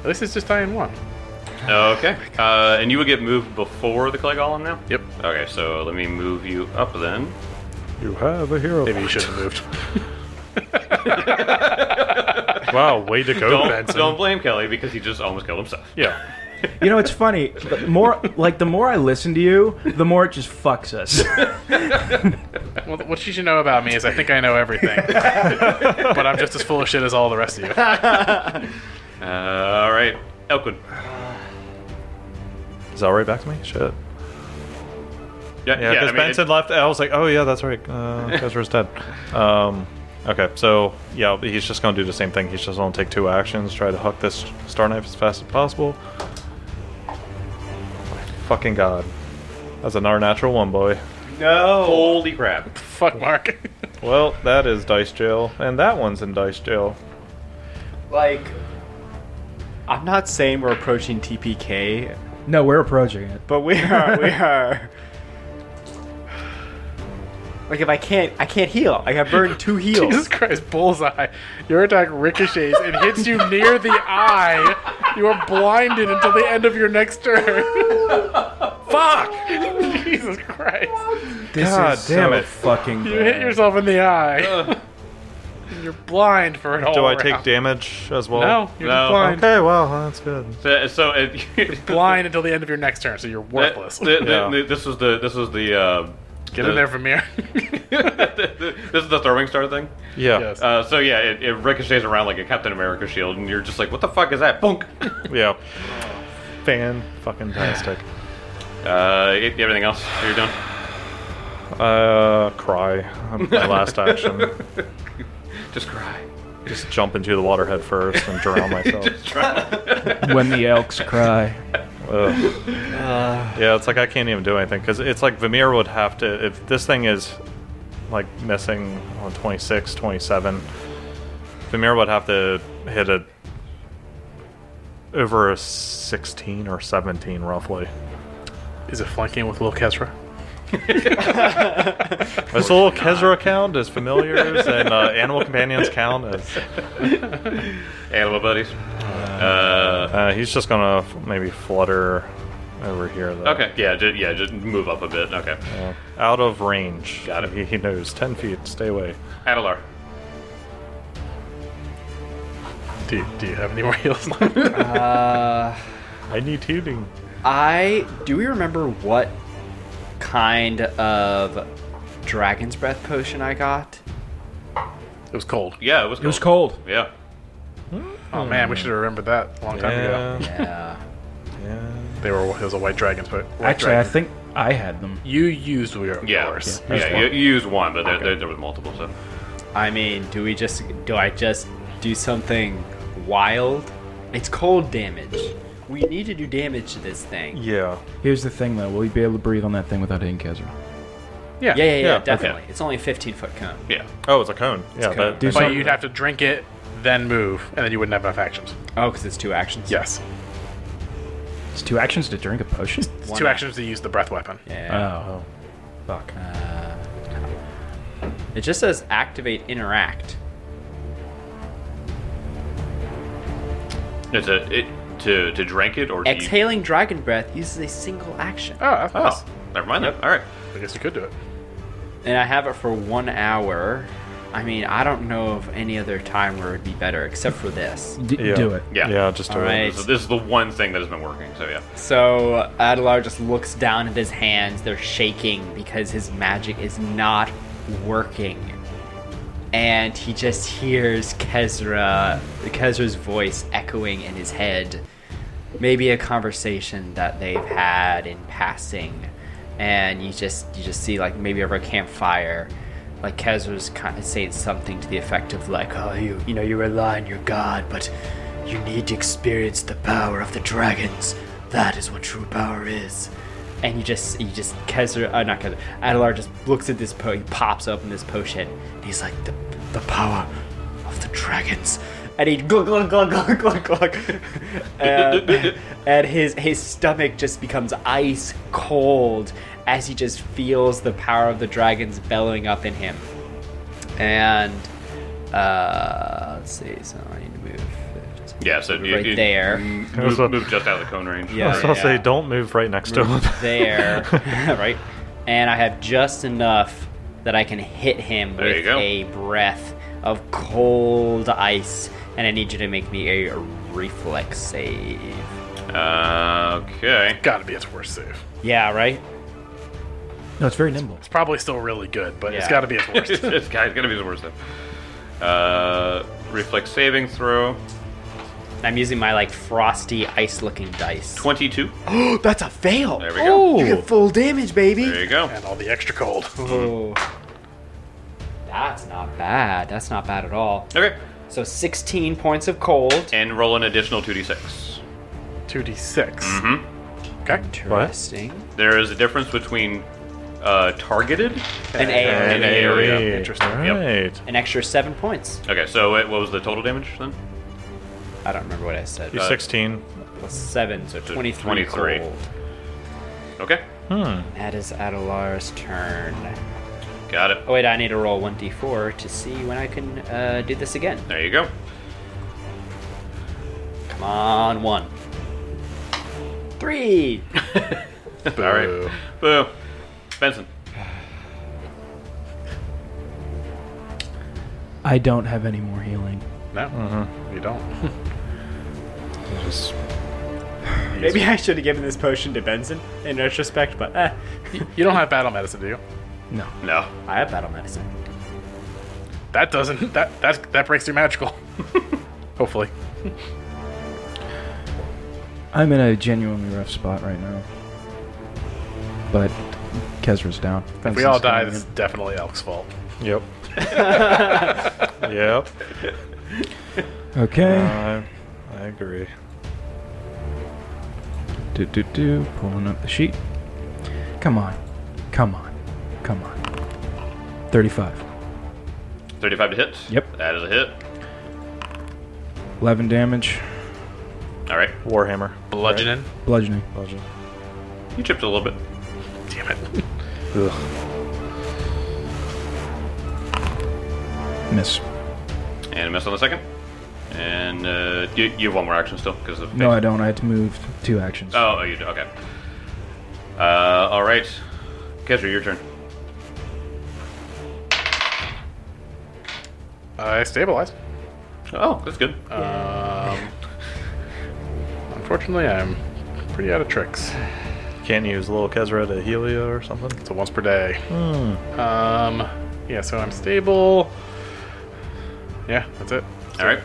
S4: At least it's just dying one.
S1: all right. Okay, uh, and you would get moved before the clay golem now.
S4: Yep.
S1: Okay, so let me move you up then.
S3: You have a hero.
S4: Maybe you should have moved.
S3: Wow, way to
S1: [laughs]
S3: go,
S1: Don't,
S3: Benson.
S1: don't blame Kelly because he just almost killed himself.
S3: Yeah.
S10: You know, it's funny. The more, like, the more I listen to you, the more it just fucks us.
S4: Well, what you should know about me is I think I know everything. but I'm just as full of shit as all the rest of you.
S1: Uh, all right, Elkwood.
S3: Is that right back to me? Shit.
S1: Yeah,
S3: Yeah, because
S1: I mean,
S3: Benson
S1: it-
S3: left. I was like, oh yeah, that's right. [laughs] Uh, Ezra's dead. Um, okay, so yeah, he's just gonna do the same thing. He's just gonna take two actions, try to hook this star knife as fast as possible. Fucking god, that's another natural one, boy.
S1: holy crap!
S4: Fuck Mark.
S3: Well, that is dice jail, and that one's in dice jail.
S6: Like, I'm not saying we're approaching TPK,
S10: no, we're approaching it.
S6: but we are. We are. Like if I can't, I can't heal. I got burned two heals.
S4: [laughs] Jesus Christ, bullseye. Your attack ricochets and hits you near the eye. You are blinded until the end of your next
S10: [laughs]
S4: turn. Fuck! Jesus Christ.
S10: This
S3: God
S10: is
S3: damn
S10: so
S3: it.
S10: fucking
S4: You hit
S10: bad.
S4: yourself in the eye. And you're blind for an whole
S3: Do I take
S4: round.
S3: damage as well?
S4: No, you're
S1: Oh, No.
S4: just blind.
S3: Okay, well that's good.
S1: So, so [laughs] it,
S4: Blind until the end of your next turn, so you're
S1: that-
S4: worthless.
S1: the- the-
S3: Yeah.
S1: the- this was the this was the uh,
S4: [laughs] Get in
S3: [laughs]
S4: there, Vermeer.
S1: [laughs] this is the throwing star thing.
S3: Yeah,
S4: Yes.
S1: Uh, so yeah, it, it ricochets around like a Captain America shield, and you're just like, what the fuck is that? Bunk.
S3: yeah. Fan
S1: [laughs]
S3: fucking tastic.
S1: Uh, you- you have anything else? You're done.
S3: Uh, cry.
S1: [laughs]
S3: My last action.
S1: Just cry.
S3: Just jump into the water head first
S1: [laughs]
S3: and drown
S10: [laughs]
S3: myself.
S10: when the elks cry.
S3: Ugh.
S1: Uh.
S3: yeah, it's like I can't even do anything because it's like Vimir would have to. If this thing is like missing on 26, 27, Vimir would have to hit a over a 16 or 17 roughly.
S4: Is it flanking with Lil Kesra?
S3: Does
S1: [laughs]
S3: the little Kezra count as familiars and uh, animal companions count as.
S1: Animal buddies. Uh,
S3: Uh, he's just gonna f- maybe flutter over here though.
S1: okay. Yeah. Ju- yeah. Just move up a bit. Okay.
S3: Yeah. Out of range.
S1: Got it.
S3: He, he knows. 10 feet. Stay away.
S1: Adelar.
S4: Do you, do you have any
S3: [laughs]
S4: more [laughs] heals?
S3: I need healing.
S6: I do we remember what kind of dragon's breath potion I got?
S4: It was cold.
S1: Yeah. It was.
S10: It was cold.
S1: Yeah.
S4: Oh man, we should have remembered that a long time ago.
S6: Yeah.
S3: yeah.
S4: They were it was a white dragon, but white
S10: Actually, I
S4: dragon.
S10: think I had them.
S4: you used your
S1: Yeah.
S4: yours.
S1: Yeah. you, you used one, but there, there, there was multiple. So.
S6: I mean, do we just do I just do something wild? It's cold damage. We need to do damage to this thing.
S3: Yeah.
S10: Here's the thing, though. Will you be able to breathe on that thing without hitting Kezra?
S4: Yeah,
S6: Yeah, yeah, yeah,
S3: Yeah,
S6: definitely. It's only a 15 foot cone.
S1: Yeah.
S3: Oh, it's a cone. yeah.
S6: cone.
S3: That,
S10: Do
S4: But
S10: something.
S4: you'd have to drink it, then move, and then you wouldn't have enough actions.
S6: Oh, because it's two actions.
S4: Yes,
S10: It's two actions to drink a
S4: [laughs]
S10: potion.
S4: it's
S6: One
S4: two
S6: act-
S4: actions to use the breath weapon.
S6: Yeah.
S10: Oh, fuck.
S6: it just says activate interact.
S1: It's a it to to drink it or to eat-
S6: Exhaling dragon breath uses a single action.
S4: Oh, that's nice.
S1: Oh, never mind. Then. All right.
S4: I guess you could do it.
S5: and I have it for one hour. I mean, I don't know of any other time where it would be better except for this.
S2: D-
S3: Yeah.
S2: Do it.
S1: Yeah.
S3: Yeah, just do
S5: All right.
S3: it.
S1: This is, this is the one thing that has been working. So yeah.
S5: So Adelar just looks down at his hands. They're shaking because his magic is not working. And he just hears Kezra, Kezra's voice echoing in his head. Maybe a conversation that they've had in passing. And you just you just see like maybe over a campfire, like Kezra's kind of saying something to the effect of like, "Oh, you you know you rely on your god, but you need to experience the power of the dragons. That is what true power is. And you just, you just, Kezra, uh, not Kezra, Adelar just looks at this po, he pops open this potion, and he's like, the, the power of the dragons. And he glug, glug, glug, glug, glug, glug. [laughs] and, and his, his stomach just becomes ice cold as he just feels the power of the dragons bellowing up in him. And, uh, let's see, so I need to move. Just
S1: Yeah. So you,
S5: right
S1: you
S5: there.
S1: Move, move just out of the cone range.
S5: Yeah.
S1: Right.
S3: [laughs] So I'll say, don't move right next to him.
S5: [laughs]
S3: [laughs]
S1: [laughs]
S5: there, right? And I have just enough that I can hit him
S1: There you
S5: with
S1: go.
S5: a breath of cold ice. And I need you to make me a reflex save.
S1: Uh, okay. [laughs]
S4: Gotta be its worst save.
S5: Yeah, right?
S2: No, it's very nimble.
S4: It's probably still really good, but it's
S5: Yeah.
S4: gotta be
S1: [laughs]
S4: its worst.
S1: this guy's gonna be the worst. though. Uh, reflex saving throw
S5: And I'm using my like frosty ice looking dice.
S1: twenty-two.
S6: [gasps]
S5: That's a fail.
S1: There we go.
S5: You get full damage,
S1: There
S5: baby.
S1: you go.
S4: and all the extra cold.
S5: Oh. That's not bad. That's not bad at all.
S1: Okay.
S5: So 16 points of cold.
S1: And roll an additional two d six.
S4: 2d6. Okay.
S5: Interesting.
S1: There is a difference between uh, targeted.
S5: An AR.
S1: And area.
S4: Interesting.
S3: Right.
S1: Yep.
S5: An extra seven points.
S1: Okay. So wait, what was the total damage then?
S5: I don't remember what I said.
S3: He's [laughs] 16.
S5: plus seven, so 23.
S1: 23.
S5: cold.
S1: Okay.
S5: That is Adelar's turn.
S1: Got it.
S5: Oh, wait, I need to roll 1d4 to see when I can uh, do this again.
S1: There you go.
S5: Come on, one. Three!
S1: All right. Boo. Benson.
S2: I don't have any more healing.
S4: No, you don't.
S5: [laughs] Maybe I should have given this potion to Benson in retrospect, but eh.
S4: You don't have battle medicine, do you?
S1: No.
S5: I have battle medicine.
S4: That doesn't. That that that breaks your [laughs] magical. Hopefully.
S2: I'm in a genuinely rough spot right now. But Kezra's down.
S4: If we all die, this is definitely Elk's fault.
S3: Yep. yep.
S2: Okay.
S3: I, I agree.
S2: Uh, Do do do. Pulling up the sheet. Come on. Come on. Come on. 35.
S1: 35 to hit.
S2: Yep.
S1: That is a hit.
S2: 11 damage.
S1: All right.
S3: Warhammer.
S4: Bludgeoning.
S2: Bludgeoning.
S3: Legend.
S1: You chipped a little bit.
S4: Damn it.
S3: Ugh.
S2: Miss.
S1: And miss on the second. And uh, you, you have one more action still because of.
S2: No, I don't. I had to move two actions.
S1: Oh, oh, you do. Okay. Uh, all right. Kesra, your turn.
S4: I stabilize.
S1: Oh, that's good.
S4: Um, unfortunately, I'm pretty out of tricks.
S3: Can't use little Kezra to heal you or something.
S4: So once per day. Um, yeah. So I'm stable. Yeah, that's it.
S1: all right.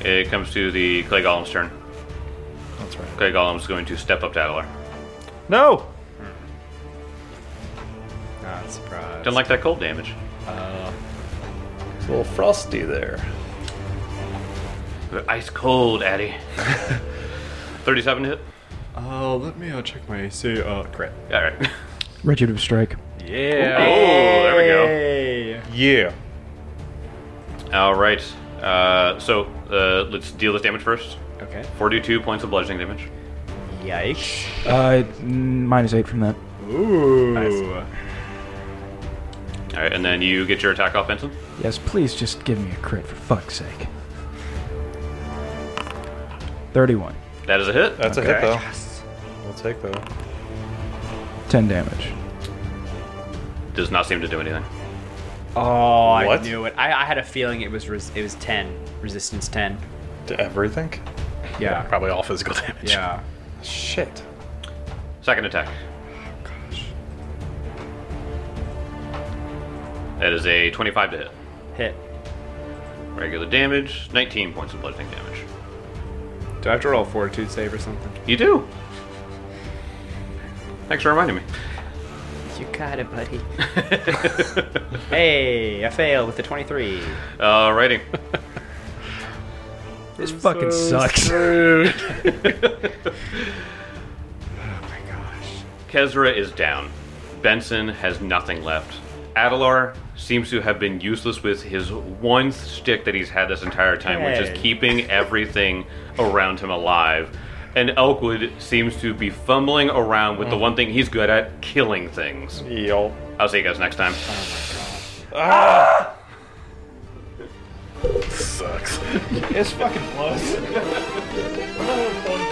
S1: It comes to the Clay Golem's turn.
S3: That's right.
S1: Clay Golem's going to step up to Adelar.
S3: No!
S5: Not surprised.
S1: Didn't like that cold damage.
S3: It's a little frosty there.
S1: They're ice cold,
S6: [laughs]
S1: Addy. 37 to hit.
S6: Oh, let me uh, check my AC. Uh, crit.
S1: All right.
S2: Retributive strike.
S1: Oh, there we go.
S3: Yeah.
S1: All right. Uh, so uh, let's deal this damage first.
S5: Okay.
S1: 42 points of bludgeoning damage.
S5: Yikes.
S2: Uh, n- minus eight from that.
S5: Ooh.
S1: All right, and then you get your attack off, Benson.
S2: Yes, please just give me a crit for fuck's sake. 31.
S1: That is a hit.
S3: That's a hit, though. We'll take the.
S2: 10 damage.
S1: Does not seem to do anything.
S5: Oh, I
S3: What?
S5: knew it. I, I had a feeling it was res- it was ten resistance ten.
S3: to everything?
S5: Yeah,
S3: Probably all
S4: [laughs]
S3: physical damage.
S5: yeah.
S3: Shit.
S1: Second attack.
S6: Oh,
S1: That is a 25 to hit.
S5: Hit.
S1: Regular damage, 19 points of bludgeoning damage.
S6: Do I have to roll a fortitude save or something?
S1: You do. Thanks for reminding me.
S5: You got it, buddy. [laughs] hey, I failed with the twenty-three.
S1: Alrighty.
S2: This fucking sucks.
S1: Kezra is down. Benson has nothing left. Adelar seems to have been useless with his one stick that he's had this entire time, which
S5: Hey.
S1: is keeping everything around him alive. And Elkwood seems to be fumbling around with the one thing he's good at killing things.
S3: Yo.
S1: I'll see you guys next time.
S3: Sucks.
S10: It's fucking close.